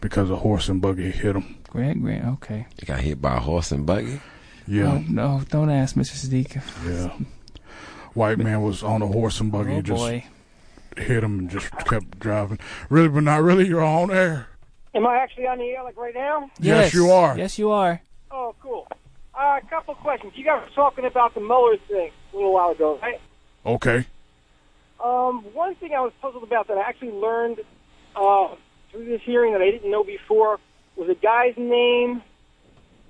D: because a horse and buggy hit him.
C: Grant, Grant. Okay. Oh,
E: You got hit by a horse and buggy?
D: Yeah,
C: No, no, don't ask, Mr. Sadiq.
D: yeah. White man was on a horse and buggy,
C: Oh
D: just
C: boy.
D: hit him and just kept driving. Really, but not really. You're on air.
F: Am I actually on the air like right now?
D: Yes, you are.
C: Yes, you are.
F: Oh, cool. Uh, a couple questions. You guys were talking about the Mueller thing a little while ago, right?
D: Okay.
F: Um, one thing I was puzzled about that I actually learned uh, through this hearing that I didn't know before was a guy's name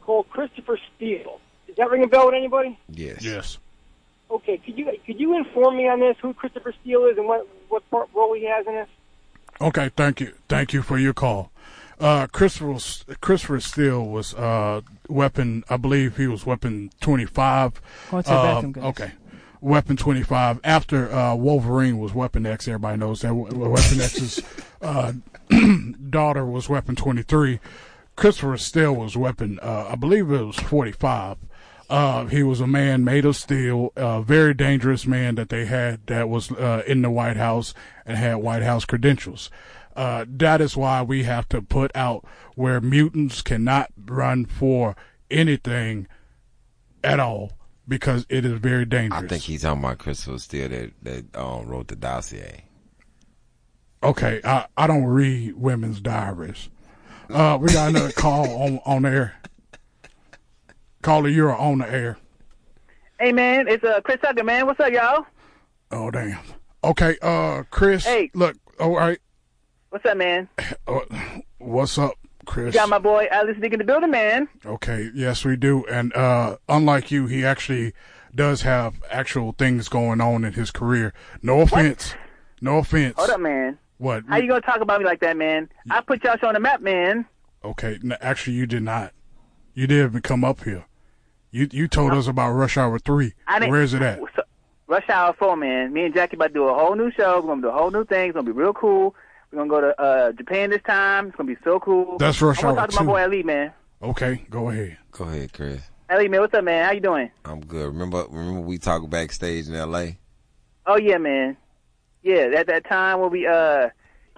F: called Christopher Steele. Does that ring a bell with anybody?
E: Yes.
D: Yes.
F: Okay, could you could you inform me on this? Who Christopher Steele is and what what part, role he has in this?
D: Okay, thank you, thank you for your call. Uh, Christopher Christopher Steele was uh weapon, I believe he was weapon twenty five.
C: Go to the bathroom, guys.
D: okay, weapon twenty five. After uh, Wolverine was weapon X, everybody knows that We- weapon X's uh, daughter was weapon twenty three. Christopher Steele was weapon, uh, I believe it was forty five. Uh, he was a man made of steel, a very dangerous man that they had that was uh, in the White House and had White House credentials. Uh, that is why we have to put out where mutants cannot run for anything at all because it is very dangerous.
E: I think he's talking about Christopher Steele that that um, wrote the dossier.
D: Okay, I, I don't read women's diaries. Uh, we got another call on on air. Caller, you're on the air.
I: Hey man, it's uh Chris Tucker, man. What's up, y'all?
D: Oh damn. Okay, uh, Chris.
I: Hey.
D: Look. All right.
I: What's up, man?
D: Uh, what's up, Chris?
I: Got my boy Alice Dick in the building, man.
D: Okay, yes, we do. And uh, unlike you, he actually does have actual things going on in his career. No offense. No offense.
I: Hold up, man.
D: What?
I: How you gonna talk about me like that, man? I put y'all show on the map, man.
D: Okay, n actually, you did not. You didn't even come up here. You you told us about Rush Hour 3.
I: I didn't-
D: Where's it at?
I: So- Rush Hour Four, man. Me and Jackie about to do a whole new show. We're gonna do a whole new thing. It's gonna be real cool. We're gonna go to uh Japan this time. It's gonna be so cool.
D: That's Rush
I: I wanna
D: Hour
I: talk to my
D: 2.
I: boy Ali, man.
D: Okay, go ahead.
E: Go ahead, Chris.
I: Ali, man, what's up, man? How you doing?
E: I'm good. Remember, remember we talked backstage in L.A.
I: Oh yeah, man. Yeah, at that time when we uh,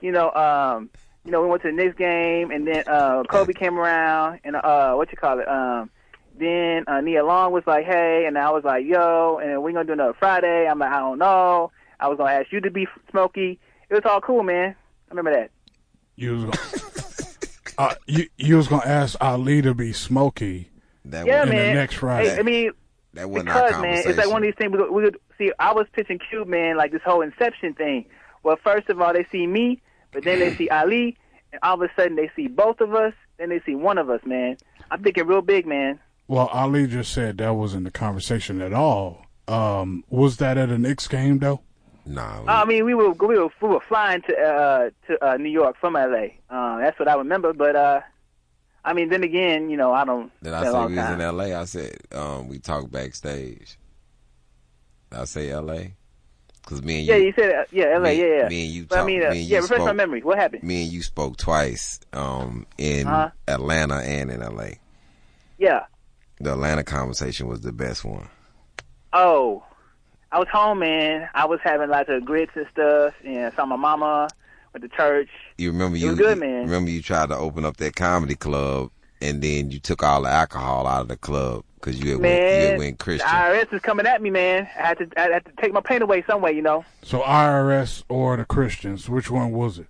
I: you know um, you know we went to the Knicks game and then uh Kobe came around and uh what you call it um. Then uh, Nia Long was like, "Hey," and I was like, "Yo," and we're gonna do another Friday. I'm like, "I don't know." I was gonna ask you to be Smokey. It was all cool, man. I remember that.
D: You was gonna, uh, you, you was gonna ask Ali to be Smokey
E: That
I: Yeah,
E: was,
D: in
I: man.
D: the next Friday.
I: Hey, I mean,
E: that wasn't our
I: because man,
E: conversation.
I: it's like one of these things. We, we see. I was pitching Cube man like this whole Inception thing. Well, first of all, they see me, but then they see Ali, and all of a sudden they see both of us. Then they see one of us, man. I'm thinking real big, man.
D: Well, Ali just said that wasn't the conversation at all. Um, was that at a Knicks game though?
E: nah, we-
I: I mean, we were we were, we were flying to uh, to uh, New York from LA. Uh, that's what I remember. But uh, I mean, then again, you know, I don't.
E: Then I
I: it's been a
E: said
I: long
E: we was
I: time.
E: in L.A. I said um, we talked backstage. Did I say L.A. because me and you,
I: Yeah, you said uh, yeah, LA.
E: me,
I: yeah, yeah.
E: me and you
I: But I
E: talked.
I: mean, uh,
E: me and
I: yeah,
E: you
I: refresh my
E: spoke-
I: memory. What happened?
E: me and you spoke twice um, in
I: Uh-huh.
E: Atlanta and in L.A.
I: Yeah.
E: The Atlanta conversation was the best one.
I: Oh, I was home, man. I was having lots of grits and stuff, and saw my mama went to church.
E: You remember
I: It
E: you
I: was good,
E: you-
I: man.
E: remember you tried to open up that comedy club, and then you took all the alcohol out of the club because you had went, you
I: Man,
E: had went
I: the
E: Christian.
I: IRS is coming at me, man. I had to, I had to take my pain away some way, you know.
D: So IRS or the Christians? Which one was it?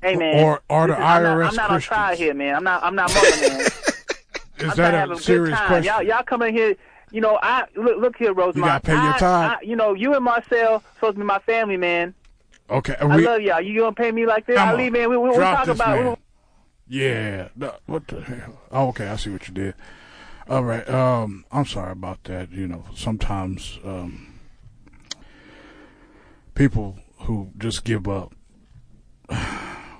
I: Hey, man.
D: Or- or the
I: Listen, I'm not,
D: IRS
I: I'm not on trial
D: Christians.
I: here, man. I'm not. I'm not mother, man.
D: Is
I: I'm trying to
D: that
I: have
D: a
I: good
D: serious
I: time.
D: question?
I: Y'all, y'all come in here. You know, I look, look here, Rosemont.
D: gotta pay your
I: I-
D: time.
I: I- you know, you and Marcel supposed to be my family, man.
D: okay,
I: I
D: we,
I: love y'all. You gonna pay me like this?
D: come
I: I
D: on,
I: leave, man. We, we, we
D: drop
I: talk
D: this
I: about.
D: man. Yeah, no, what the hell? Oh, okay, I see what you did. All right, um, I'm sorry about that. You know, sometimes um, people who just give up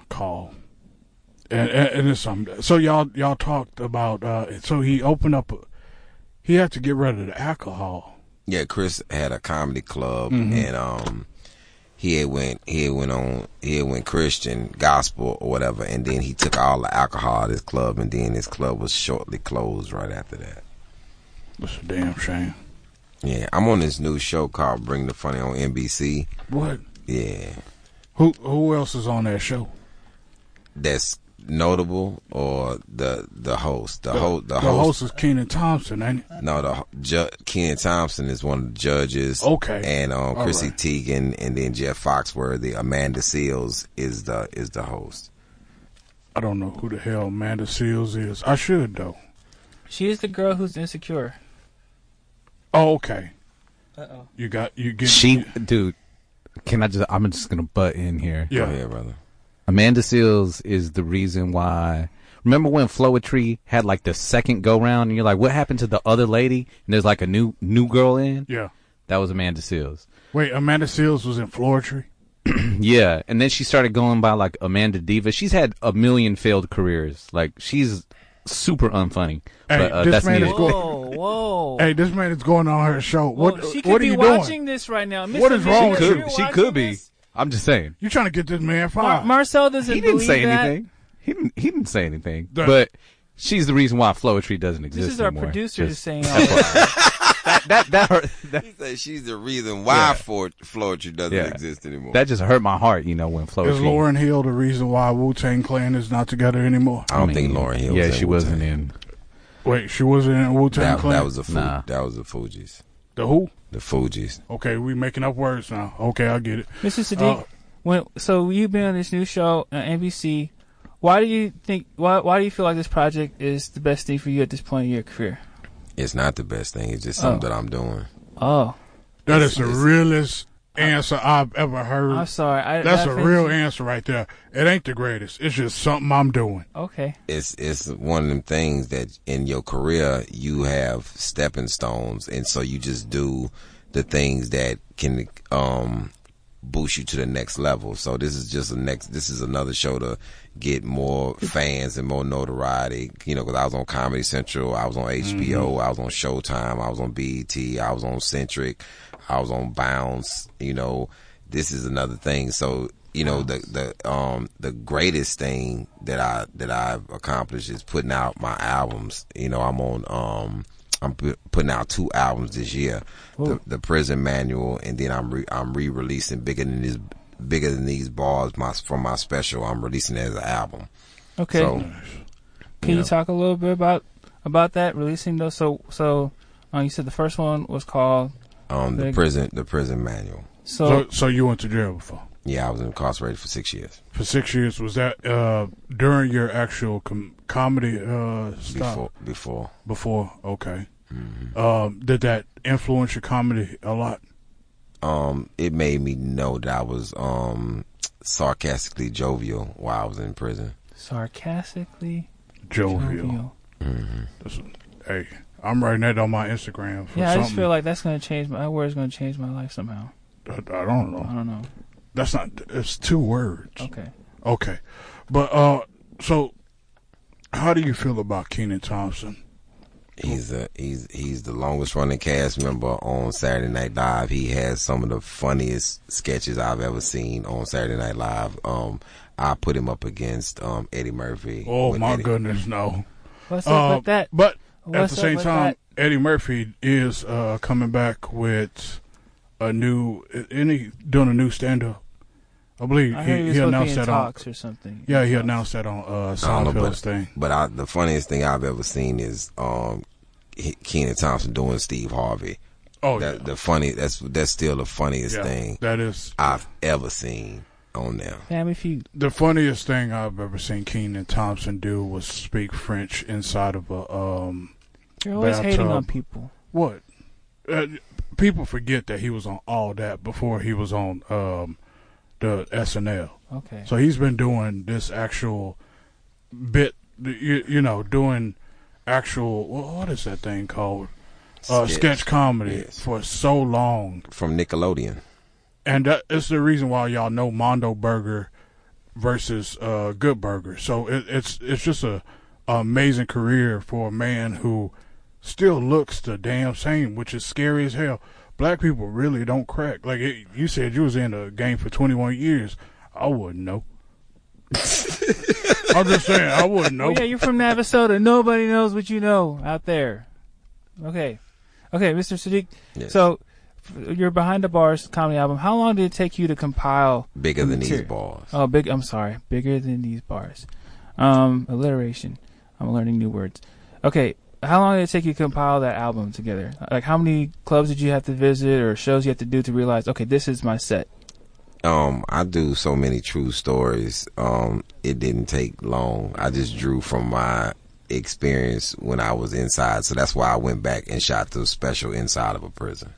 D: call, and, and, and it's something. So y'all y'all talked about. Uh, so he opened up. He had to get rid of the alcohol.
E: Yeah, Chris had a comedy club
D: Mm-hmm.
E: and um he had went he had went on he had went Christian gospel or whatever and then he took all the alcohol at his club and then his club was shortly closed right after that.
D: That's a damn shame.
E: Yeah, I'm on this new show called Bring the Funny on NBC.
D: What?
E: Yeah.
D: Who who else is on that show?
E: That's notable or the the host. The, host the,
D: The
E: host,
D: host is Keenan Thompson, ain't it?
E: no the ju- Ken Thompson is one of the judges.
D: Okay.
E: And um
D: All
E: Chrissy
D: right.
E: Teigen and then Jeff Foxworthy, Amanda Seals is the is the host.
D: I don't know who the hell Amanda Seals is. I should though.
C: She is the girl who's insecure.
D: Oh, okay.
C: Uh oh.
D: You got you get
G: She, dude, can I just? I'm just gonna butt in here.
E: Go
D: Yeah.
E: ahead, brother.
G: Amanda Seals is the reason why. Remember when Flowetry had like the second go round, and you're like, "What happened to the other lady?" And there's like a new new girl in.
D: Yeah.
G: That was Amanda Seals.
D: Wait, Amanda Seals was in Floretry?
G: Yeah, and then she started going by like Amanda Diva. She's had a million failed careers. Like she's super unfunny.
D: Hey,
G: but uh,
D: this
G: that's
D: man
G: neither-
D: is going-
C: Whoa, whoa.
D: Hey, this man is going on her show.
C: Whoa,
D: what
C: Oh, she could
D: what are
C: be
D: you
C: watching
D: doing?
C: this right now. Mr.
D: What is wrong
G: She
D: with
C: Michigan,
D: you?
C: you're
G: could. She
C: watching
G: could be.
C: this?
G: I'm just saying.
D: You trying to get this man
C: Mar-
D: fired.
C: Marcel doesn't
G: He didn't
C: believe
G: say
C: that.
G: anything. He didn't. He didn't say anything.
D: The-
G: but she's the reason why Flowetry doesn't exist.
C: This is our
G: anymore.
C: producer
G: Just-
C: saying uh, all that.
G: that that that, hurt, that
E: He said she's the reason why
G: Yeah.
E: for Floetry doesn't
G: Yeah.
E: exist anymore.
G: that just hurt my heart. You know when
E: Oh,
D: is
G: Flowetry.
D: Lauren Hill the reason why Wu Tang Clan is not together anymore?
E: I don't think Lauren Hill.
G: Yeah,
E: was in
G: she
E: Wu-Tang.
G: wasn't in.
D: Wait, she wasn't in Wu Tang
E: That,
D: Clan.
E: that was the Fu-
G: Nah.
E: that was the Fugees.
D: the who?
E: The Fugees.
D: Okay, we making up words now. Okay, I get it.
C: Mr. Sadiq,
D: Uh,
C: when so you've been on this new show on NBC. Why do you think? Why why do you feel like this project is the best thing for you at this point in your career?
E: It's not the best thing. It's just something that I'm doing.
C: Oh,
D: That is the realest answer I've ever heard.
C: I'm sorry. I, I
D: That's a
C: offended
D: real
C: you?
D: answer right there. It ain't the greatest. It's just something I'm doing.
C: Okay.
E: It's it's one of them things that in your career you have stepping stones, and so you just do the things that can um boost you to the next level. So this is just a next. This is another show to get more fans and more notoriety. You know, because I was on Comedy Central, I was on HBO, I was on Showtime, I was on BET, I was on Centric, I was on Bounce. You know, this is another thing. So you know, the the um the greatest thing that I that I've accomplished is putting out my albums. You know, I'm on um. I'm pu- putting out two albums this year, the, the Prison Manual, and then I'm re- I'm re-releasing bigger than this, bigger than these bars. My from my special, I'm releasing it as an album.
C: Okay.
E: So
C: Can you talk a little bit about about that releasing those? So so, uh, you said the first one was called
E: um, the
C: Big-
E: prison the prison manual.
C: so.
D: so, so you went to jail before
E: Yeah, I was incarcerated for six years
D: for six years. Was that uh, during your actual com- comedy uh, stop?
E: before before.
D: Before, okay. Um, did that influence your comedy a lot?
E: Um, it made me know that I was um sarcastically jovial while I was in prison.
C: sarcastically
D: Oh, Jovial.
C: jovial.
D: Listen, Hey, I'm writing that on my Instagram. For
C: Yeah, I
D: something.
C: just feel like that's gonna change. My that word's gonna change my life somehow.
D: I, I don't
C: I
D: know.
C: don't know.
D: That's not. It's two words.
C: Uh-huh. Okay.
D: Okay, but uh, so how do you feel about Keenan Thompson?
E: He's a he's he's the longest running cast member on Saturday Night Live. He has some of the funniest sketches I've ever seen on Saturday Night Live. Um, I put him up against um Eddie Murphy.
D: Oh
E: When
D: my
E: Eddie-
D: goodness, no.
C: What's up
D: Uh,
C: with that?
D: But at
C: What's
D: the
C: up
D: same
C: with
D: time, Eddie Murphy is uh coming back with a new. Isn't he doing a new stand up? I believe
C: I heard he
D: he,
C: was
D: he
C: supposed to be
D: announced
C: in
D: that on.
C: talks or something.
D: Yeah, he announced that on uh,
E: I don't know, but
D: Seinfeld's thing.
E: but I, the funniest thing I've ever seen is um He- Kenan Thompson doing Steve Harvey.
D: Oh
E: that,
D: yeah,
E: the funny that's that's still the funniest
D: yeah.
E: thing
D: That is
E: I've ever seen on there.
C: Damn, if you
D: the funniest thing I've ever seen Keenan Thompson do was speak French inside of a um
C: you're always
D: Bathtub.
C: hating on people.
D: What? Uh, people forget that he was on all that before he was on um, the SNL.
C: Okay.
D: So he's been doing this actual bit, you, you know, doing actual, wha- what is that thing called? Uh, sketch.
E: Sketch.
D: comedy
E: Yes.
D: for so long.
E: From Nickelodeon.
D: And that is the reason why y'all know Mondo Burger versus uh, Good Burger. So it, it's it's just a, a amazing career for a man who still looks the damn same, which is scary as hell. Black people really don't crack. Like it, you said, you was in the game for 21 years. I wouldn't know. I'm just saying, I wouldn't know.
C: Oh yeah, you're from Navasota. Nobody knows what you know out there. Okay, okay, Mr. Sadiq.
E: Yes.
C: So f- your behind the bars comedy album. How long did it take you to compile?
E: Bigger than
C: material?
E: these balls.
C: Oh, big. I'm sorry. Bigger than these bars. Um, alliteration. I'm learning new words. Okay. How long did it take you to compile that album together? Like, how many clubs did you have to visit or shows you have to do to realize, okay, this is my set?
E: Um, I do so many true stories. Um, it didn't take long. I just drew from my experience when I was inside. So that's why I went back and shot the special inside of a prison.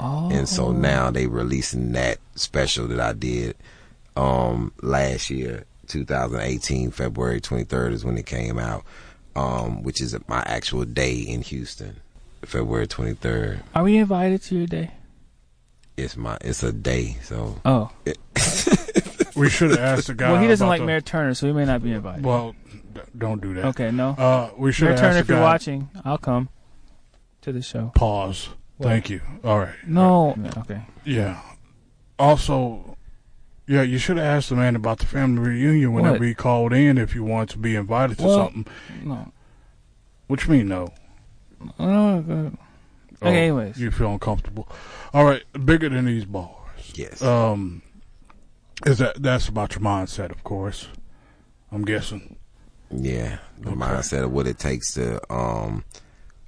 C: Oh,
E: And so now they releasing that special that I did um last year, 2018, February 23rd is when it came out. Um, which is my actual day in Houston, February 23rd.
C: are we invited to your day?
E: It's my it's a day. So
C: Oh,
D: We should have asked the guy.
C: well, he doesn't
D: about
C: like
D: the-
C: Mayor Turner, so he may not be invited.
D: Well, d- don't do that.
C: okay, no.
D: Uh, we should
C: Mayor
D: have
C: Turner,
D: asked
C: if
D: the
C: you're
D: guy.
C: watching, I'll come to the show.
D: Pause. Thank you. All right.
C: No. Okay.
D: Yeah. Also, yeah, you should have asked the man about the family reunion whenever
C: What?
D: he called in if you want to be invited to
C: Well-
D: something.
C: No.
D: Which mean no.
C: No, no, no.
D: Oh,
C: Okay, anyways.
D: You feel uncomfortable. All right, bigger than these bars.
E: yes.
D: Um is that that's about your mindset, of course. I'm guessing.
E: Yeah, the mindset of what it takes to um,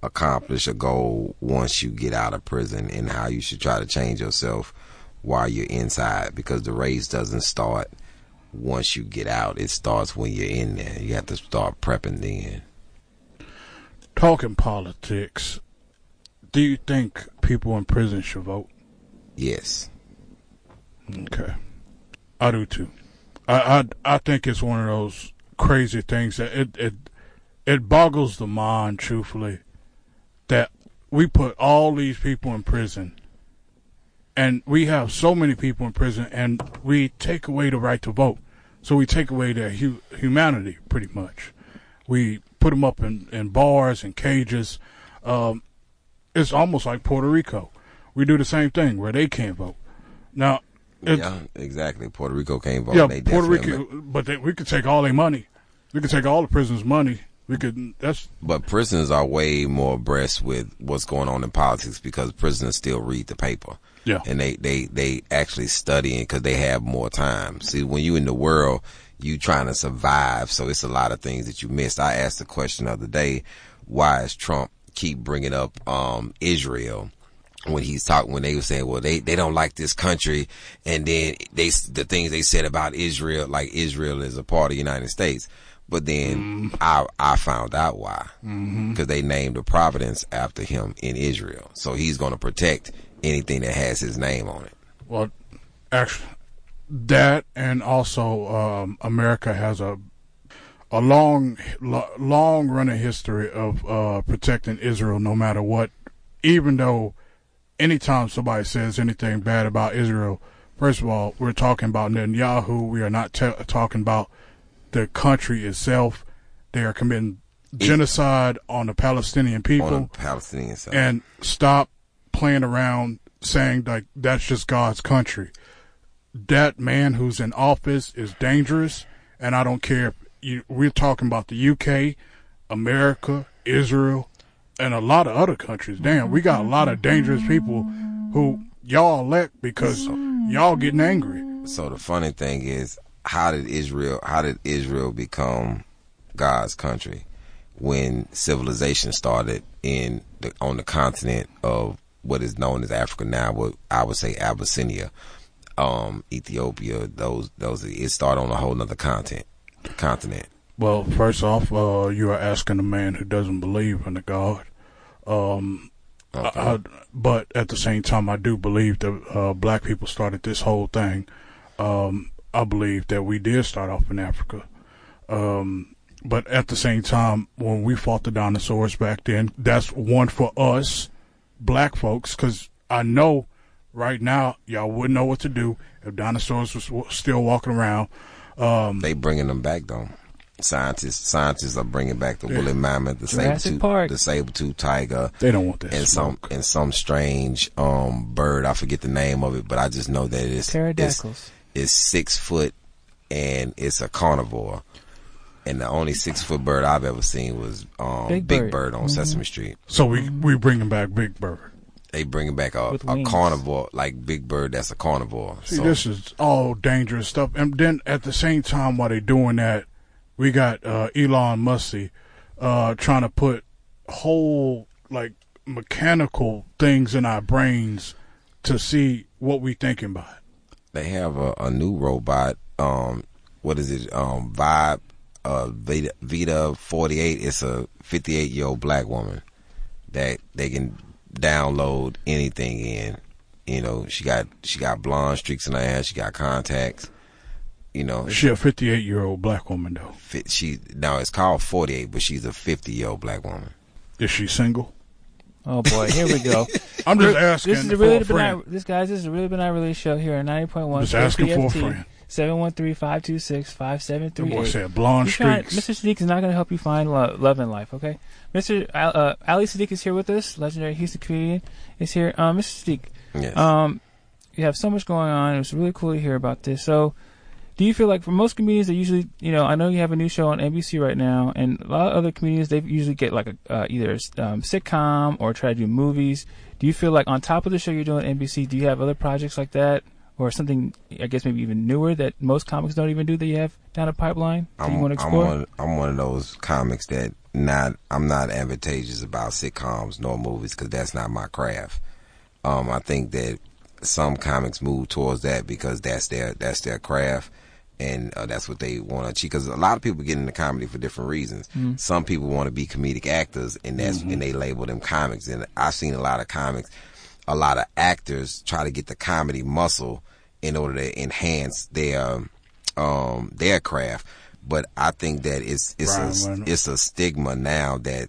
E: accomplish a goal once you get out of prison, and how you should try to change yourself while you're inside because the race doesn't start once you get out. It starts when you're in there. You have to start prepping then.
D: Talking politics, do you think people in prison should vote?
E: Yes.
D: Okay. I do too. I I, I think it's one of those crazy things that it, it it boggles the mind truthfully that we put all these people in prison and we have so many people in prison and we take away the right to vote. So we take away their hu- humanity pretty much. We put them up in, in bars and cages. Um, it's almost like Puerto Rico. We do the same thing where they can't vote. Now, it's,
E: yeah, exactly. Puerto Rico can't vote.
D: yeah,
E: They
D: Puerto
E: definitely-
D: Rico, but they, we could take all their money. We could take all the prisoners' money. We could. That's
E: But prisoners are way more abreast with what's going on in politics because prisoners still read the paper.
D: Yeah.
E: And they, they, they actually studying because they have more time. See, when you in the world, you trying to survive. So it's a lot of things that you missed. I asked the question the other day, why is Trump keep bringing up, um, Israel? when he's talking, when they were saying, well, they, they don't like this country. And then they, the things they said about Israel, like Israel is a part of the United States. But then I, I found out why. Cause they named a Providence after him in Israel. So he's going to protect anything that has his name on it.
D: well, actually, that and also um, America has a a long lo- long running history of uh, protecting Israel no matter what. Even though anytime somebody says anything bad about Israel, first of all, we're talking about Netanyahu. We are not te- talking about the country itself. They are committing genocide on the Palestinian people.
E: On the Palestinian side.
D: and stop playing around saying like that's just God's country. That man who's in office is dangerous, and I don't care. If you, we're talking about the UK, America, Israel, and a lot of other countries. Damn, we got a lot of dangerous people who y'all elect because y'all getting angry.
E: so the funny thing is, how did Israel, how did Israel become God's country when civilization started in the, on the continent of what is known as Africa now? What I would say Abyssinia, um, Ethiopia. Those those it started on a whole nother continent. Continent.
D: Well, first off, uh, you are asking a man who doesn't believe in the God. Um, I- I- but at the same time, I do believe that uh, black people started this whole thing. Um, I believe that we did start off in Africa. Um, but at the same time, when we fought the dinosaurs back then, that's one for us, black folks, because I know right now y'all wouldn't know what to do if dinosaurs was wa- still walking around.
E: They bringing them back though. Scientists scientists are bringing back the woolly mammoth, the saber
C: Jurassic
E: tooth,
C: Park.
E: the saber tooth tiger.
D: They don't want that.
E: and some and some strange um bird. I forget the name of it, but I just know that it's it's,
C: Pterodactyls.
E: it's six foot and it's a carnivore. And the only six foot bird I've ever seen was um
C: Big
E: Big,
C: Bird. Mm-hmm.
E: Bird. on Sesame Street.
D: So we we bringing back Big Bird.
E: They bringing back a,
C: With
E: a
C: wings.
E: carnivore like Big Bird. That's a carnivore.
D: See,
E: so
D: this is all dangerous stuff. And then at the same time, while they're doing that, we got uh, Elon Musk uh, trying to put whole like mechanical things in our brains to see what we thinking about.
E: they have a, a new robot. Um, what is it? Um, Vibe uh, Vita, Vita 48. It's a 58 year old black woman that they can download anything in. You know, she got she got blonde streaks in her hair. She got contacts. You know,
D: She a fifty eight year old black woman though.
E: fit, she now it's called 48, but she's a 50 year old black woman.
D: Is she single?
C: Oh boy, here we go.
D: I'm just asking
C: This is the
D: for
C: really
D: a
C: the
D: friend.
C: benign, this guys, this is the really benign release show here at ninety point one.
D: Just asking for a friend.
C: 713-526-5738.
D: Your boy said blonde
C: You're trying-
D: streaks.
C: Mr. Sadiq is not going to help you find lo- love in life, okay? Mr. Al- uh, Ali Sadiq is here with us, legendary Houston comedian, is here. Um, Mr. Sadiq,
E: Yes.
C: um, you have so much going on. It was really cool to hear about this. So, do you feel like for most comedians, they usually, you know, I know you have a new show on NBC right now, and a lot of other comedians, they usually get like a, uh, either a um, sitcom or try to do movies. Do you feel like on top of the show you're doing at NBC, do you have other projects like that? Or something, I guess maybe even newer that most comics don't even do that you have down the pipeline that you want to explore?
E: I'm one, I'm one of those comics that not I'm not advantageous about sitcoms nor movies because that's not my craft. Um, I think that some comics move towards that because that's their that's their craft and uh, that's what they want to achieve because a lot of people get into comedy for different reasons some people want to be comedic actors and that's and they label them comics and i've seen a lot of comics a lot of actors try to get the comedy muscle in order to enhance their um their craft but i think that it's it's
D: Ryan
E: a,
D: Reynolds.
E: it's a stigma now that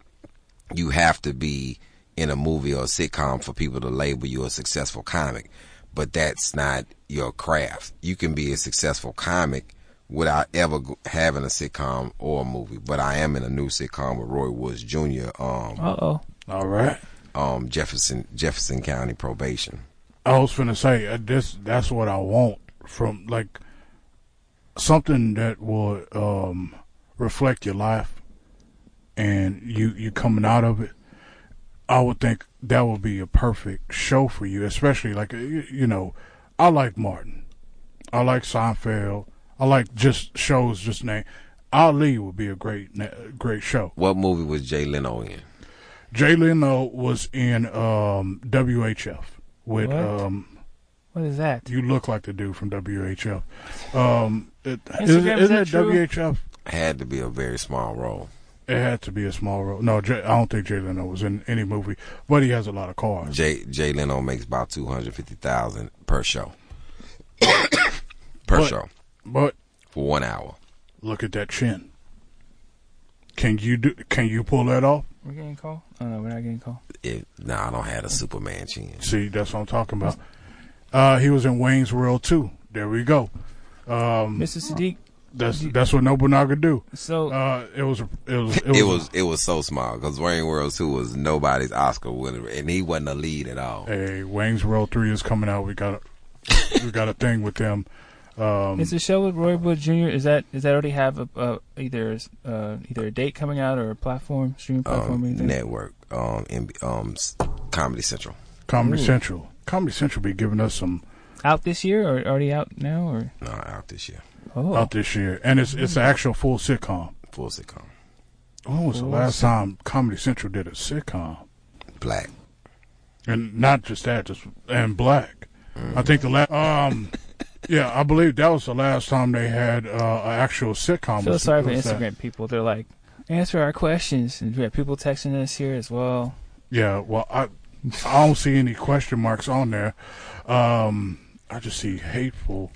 E: you have to be in a movie or a sitcom for people to label you a successful comic. But that's not your craft. You can be a successful comic without ever g- having a sitcom or a movie. But I am in a new sitcom with Roy Woods Jr. Um,
C: Uh oh.
D: All right.
E: um, Jefferson Jefferson County probation.
D: I was finna say uh, this. That's what I want from like something that would um, reflect your life and you you coming out of it. I would think that would be a perfect show for you, especially like uh, you, you know, I like Martin, I like Seinfeld, I like just shows just name. Ali would be a great na- great show.
E: What movie was Jay Leno in?
D: Jay Leno was in um, WHF with
C: What?
D: um,
C: What is that?
D: you look like the dude from WHF. Um, it,
C: Instagram,
D: isn't,
C: is
D: isn't
C: that
D: it
C: true?
D: WHF?
E: Had to be a very small role.
D: It had to be a small role. No, Jay, I don't think Jay Leno was in any movie, but he has a lot of cars.
E: Jay Jay Leno makes about two hundred fifty thousand per show. per
D: But-
E: show
D: But
E: for one hour.
D: look at that chin. Can you do? Can you pull that off?
C: We're getting called? Oh no, we're not getting called.
E: If no, I don't have a Superman chin.
D: See, that's what I'm talking about. Uh, he was in Wayne's World too. There we go.
E: Um,
C: Mr. Sadiq.
D: That's that's what Nobunaga do.
C: So
D: Uh, it was it was
E: It was it was so small because Wayne World Two was nobody's Oscar winner, and he wasn't a lead at all.
D: Hey, Wayne's World Three is coming out. We got a, we got a thing with them. Um,
C: it's a show with Roy Wood Jr. Is that is that already have a, a either uh, either a date coming out or a platform streaming platform or
E: Um,
C: anything?
E: network, um, in, um, s- Comedy Central.
D: Comedy Central. Comedy Central be giving us some
C: Out this year or already out now or
E: No, out this year.
C: oh
D: out this year, and it's it's an actual full sitcom.
E: Full sitcom.
D: When was the last time Comedy Central did a sitcom?
E: Black.
D: And not just that, just and black. I think the last um, yeah, I believe that was the last time they had uh, an actual sitcom.
C: I feel
D: Was-
C: sorry for
D: was that-
C: Instagram people. They're like, answer our questions, and we have people texting us here as well.
D: Yeah, well, I I don't see any question marks on there. Um, I just see hateful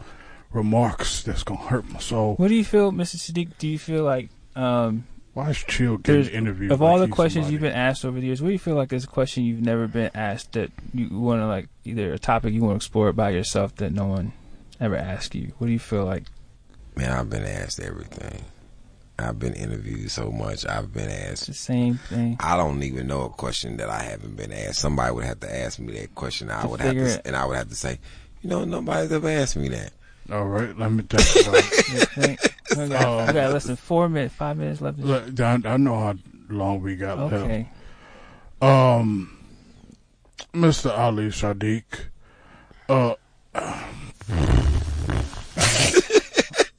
D: remarks that's gonna hurt my soul.
C: What do you feel, Mr. Sadiq? Do you feel like um,
D: Why is Chill
C: there's
D: getting interviewed?
C: of all
D: like
C: the
D: he's
C: questions
D: somebody?
C: you've been asked over the years? What do you feel like is a question you've never been asked that you want to like either a topic you want to explore by yourself that no one ever asked you? What do you feel like?
E: Man, I've been asked everything. I've been interviewed so much. I've been
C: It's
E: asked.
C: the same thing.
E: I don't even know a question that I haven't been asked. Somebody would have to ask me that question. I
C: To
E: would have
C: figure
E: to, s-
C: it.
E: and I would have to say, you know, nobody's ever asked me that.
D: All right, let me think about it.
C: You think? We got, we got less than four minutes, five minutes left. to-
D: Look, I, I know how long we got
C: Okay.
D: left. Um, Mr. Ali Sadiq, uh,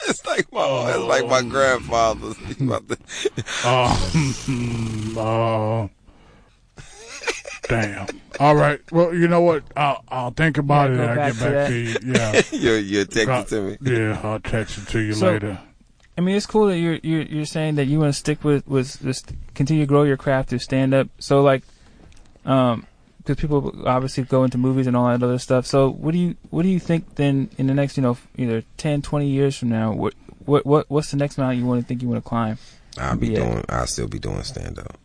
E: It's like my, it's like my grandfather's. He's about to-
D: um, uh, damn. All right. Well, you know what? I'll, I'll think about
C: Yeah,
D: it
C: go
D: and I'll
C: back
D: get
C: to
D: back
C: that.
D: to you. Yeah.
E: you're you're texting to me.
D: Yeah, I'll text it to you
C: So-
D: later.
C: I mean, it's cool that you're you're you're saying that you want to stick with with this, continue to grow your craft through stand up. So like, um, because people obviously go into movies and all that other stuff. So what do you what do you think then in the next you know either 10, 20 years from now? What what what what's the next mountain you want to think you want to climb?
E: I'll be
C: Yeah.
E: doing. I'll still be doing stand up.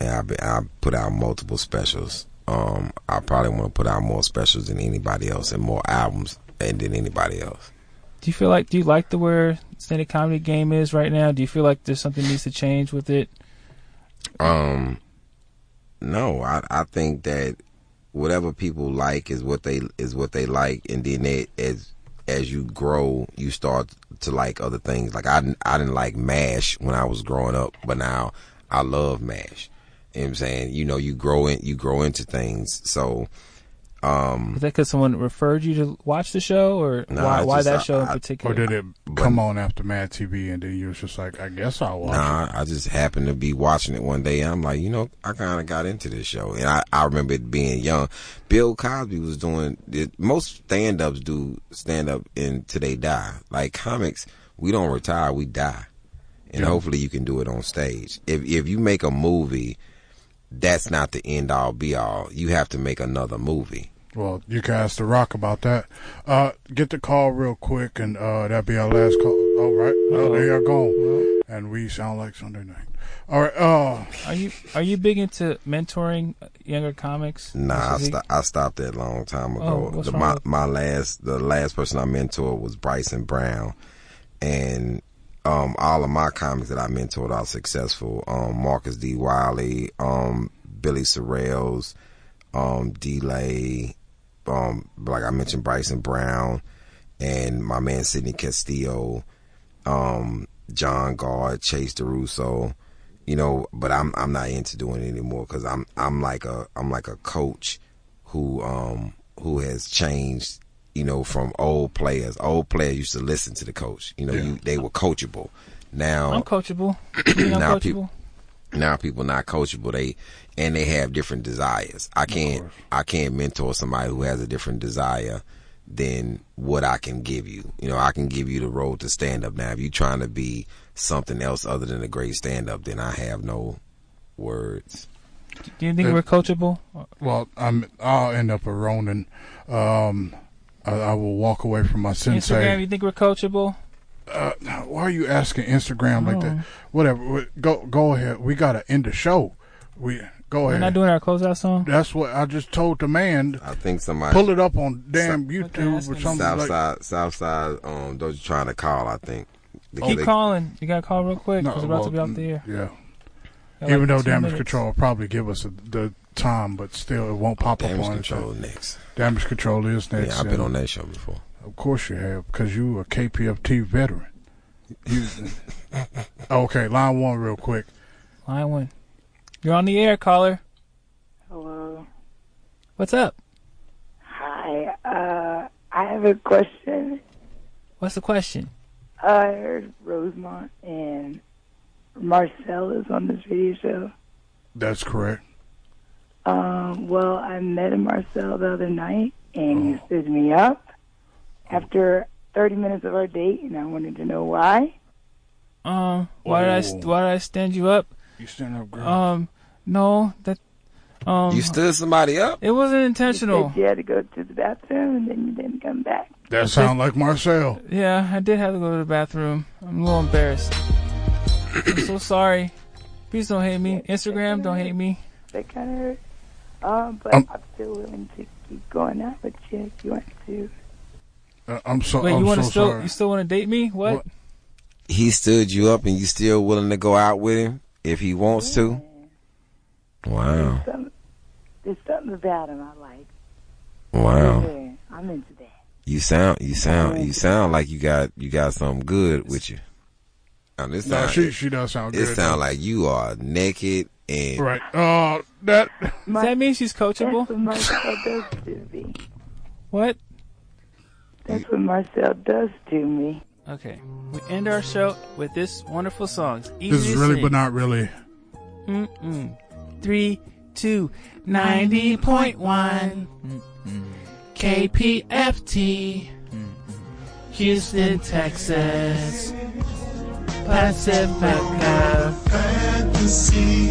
E: And I'll be. I'll put out multiple specials. Um, I probably want to put out more specials than anybody else, and more albums and than anybody else.
C: Do you feel like do you like the where stand up comedy game is right now? Do you feel like there's something needs to change with it?
E: Um, no, I I think that whatever people like is what they is what they like, and then they, as as you grow, you start to like other things. Like I didn't- I didn't like Mash when I was growing up, but now I love Mash. You know what I'm saying, you know, you grow in you grow into things, so. Um,
C: Was that because someone referred you to watch the show, or
E: Nah,
C: why,
E: I
C: why
E: just-
C: that
E: I-
C: show in
E: I-
D: Or
C: particular?
D: did it come on after Mad TV and then you was just like, I guess I'll watch it.
E: nah, I just happened to be watching it one day. And I'm like, you know, I kind of got into this show, and I, I remember it being young. Bill Cosby was doing it, most stand ups do stand up until they die. Like comics, we don't retire, we die, and hopefully you can do it on stage. If if you make a movie, that's not the end all be all. You have to make another movie.
D: Well, you can ask The Rock about that. Uh, get the call real quick, and uh, that'll be our last call. All right. Oh, they are gone. And we sound like Sunday night. All right. Oh,
C: Are you are you big into mentoring uh, younger comics?
E: Nah, I,
C: Mr. Zeke?
E: sto- I stopped that long time ago.
C: Oh, what's
E: the,
C: wrong
E: my,
C: with-
E: my last the last person I mentored was Bryson Brown, and um, all of my comics that I mentored are successful. Um, Marcus D. Wiley, um, Billy Sorrells, um, Delay, um, like I mentioned, Bryson Brown, and my man Sidney Castillo, um, John Guard, Chase DeRusso you know but i'm i'm not into doing it anymore because i'm i'm like a i'm like a coach who um who has changed you know from old players old players used to listen to the coach you know you, they were coachable now
C: I'm coachable. You know,
E: Nah,
C: coachable.
E: people- now people not coachable they and they have different desires i can't i can't mentor somebody who has a different desire than what i can give you you know i can give you the road to stand up now if you're trying to be something else other than a great stand up then i have no words
C: Do you
D: Uh,
C: think we're coachable?
D: well, I'm, I'll end up a Ronin. Um, I, I will walk away from my
C: Instagram,
D: sensei.
C: you think we're coachable?
D: Why are you asking Instagram like
C: Oh.
D: that? Whatever. wh- Go go ahead. We got to end the show. We Go
C: We're
D: ahead.
C: not doing our closeout song.
D: That's what I just told the man.
E: i think somebody
D: Pull it up on damn YouTube
C: asking
D: or something. like-
E: Southside, Southside, um, those you trying to call, I think. They-
C: Keep
E: they-
C: calling. You got to call real quick.
D: No,
C: 'cause we're about to be
D: well,
C: off the air.
D: Yeah.
C: Got
D: Even
C: like
D: though
C: two
D: damage
C: minutes.
D: control will probably give us the time, but still it won't pop up
E: Damage
D: on
E: control
D: control.
E: next.
D: Damage control is next.
E: Yeah, I've been
D: and
E: on that show before.
D: Of course you have, because you a KPFT veteran. You okay? Line one, real quick.
C: Line one. You're on the air, caller.
J: Hello.
C: What's up?
J: Hi. Uh, I have a question.
C: What's the question?
J: I heard Rosemont and Marcel is on this radio show.
D: That's correct.
J: Um, well, I met Marcel the other night, and he stood me up after 30 minutes of our date, and I wanted to know why.
C: Um, why did I st-
D: Oh.
C: why did I stand you up?
D: You stand up, girl.
C: Um, no, that um,
E: You stood somebody up?
C: it wasn't
J: He said
C: intentional.
J: you had to go to the bathroom, and then you didn't come back.
C: Uh,
D: that sound like Marcel.
C: Yeah, I did have to go to the bathroom. I'm a little embarrassed. I'm so sorry. Please don't hate me. Instagram, don't hate me.
J: That kind of hurt. Um, but
D: Um,
J: I'm still willing to keep going out with you if you want to.
D: Uh, I'm so.
C: Wait,
D: I'm
C: you want to
D: so
C: still
D: sorry.
C: you still want to date me? What?
D: What?
E: He stood you up, and you still willing to go out with him if he wants to. Wow,
J: Some, there's something about him I like.
E: wow.
J: Yeah, I'm into that.
E: You sound, you sound, you sound like you got, you got something good with you. Now this
D: No,
E: sound,
D: she she does sound
E: it
D: good.
E: sound like you are naked and
D: right. Uh, that
C: Does that mean she's coachable?
J: That's what Marcel does to me.
C: What?
J: That's what Marcel does to me.
C: Okay. We end our show with this wonderful song. It's Easy
D: this is
C: to
D: really,
C: sing.
D: but not really.
C: Mm-mm. Three, two, 90.1 KPFT Houston, Texas Pacifica
B: fantasy.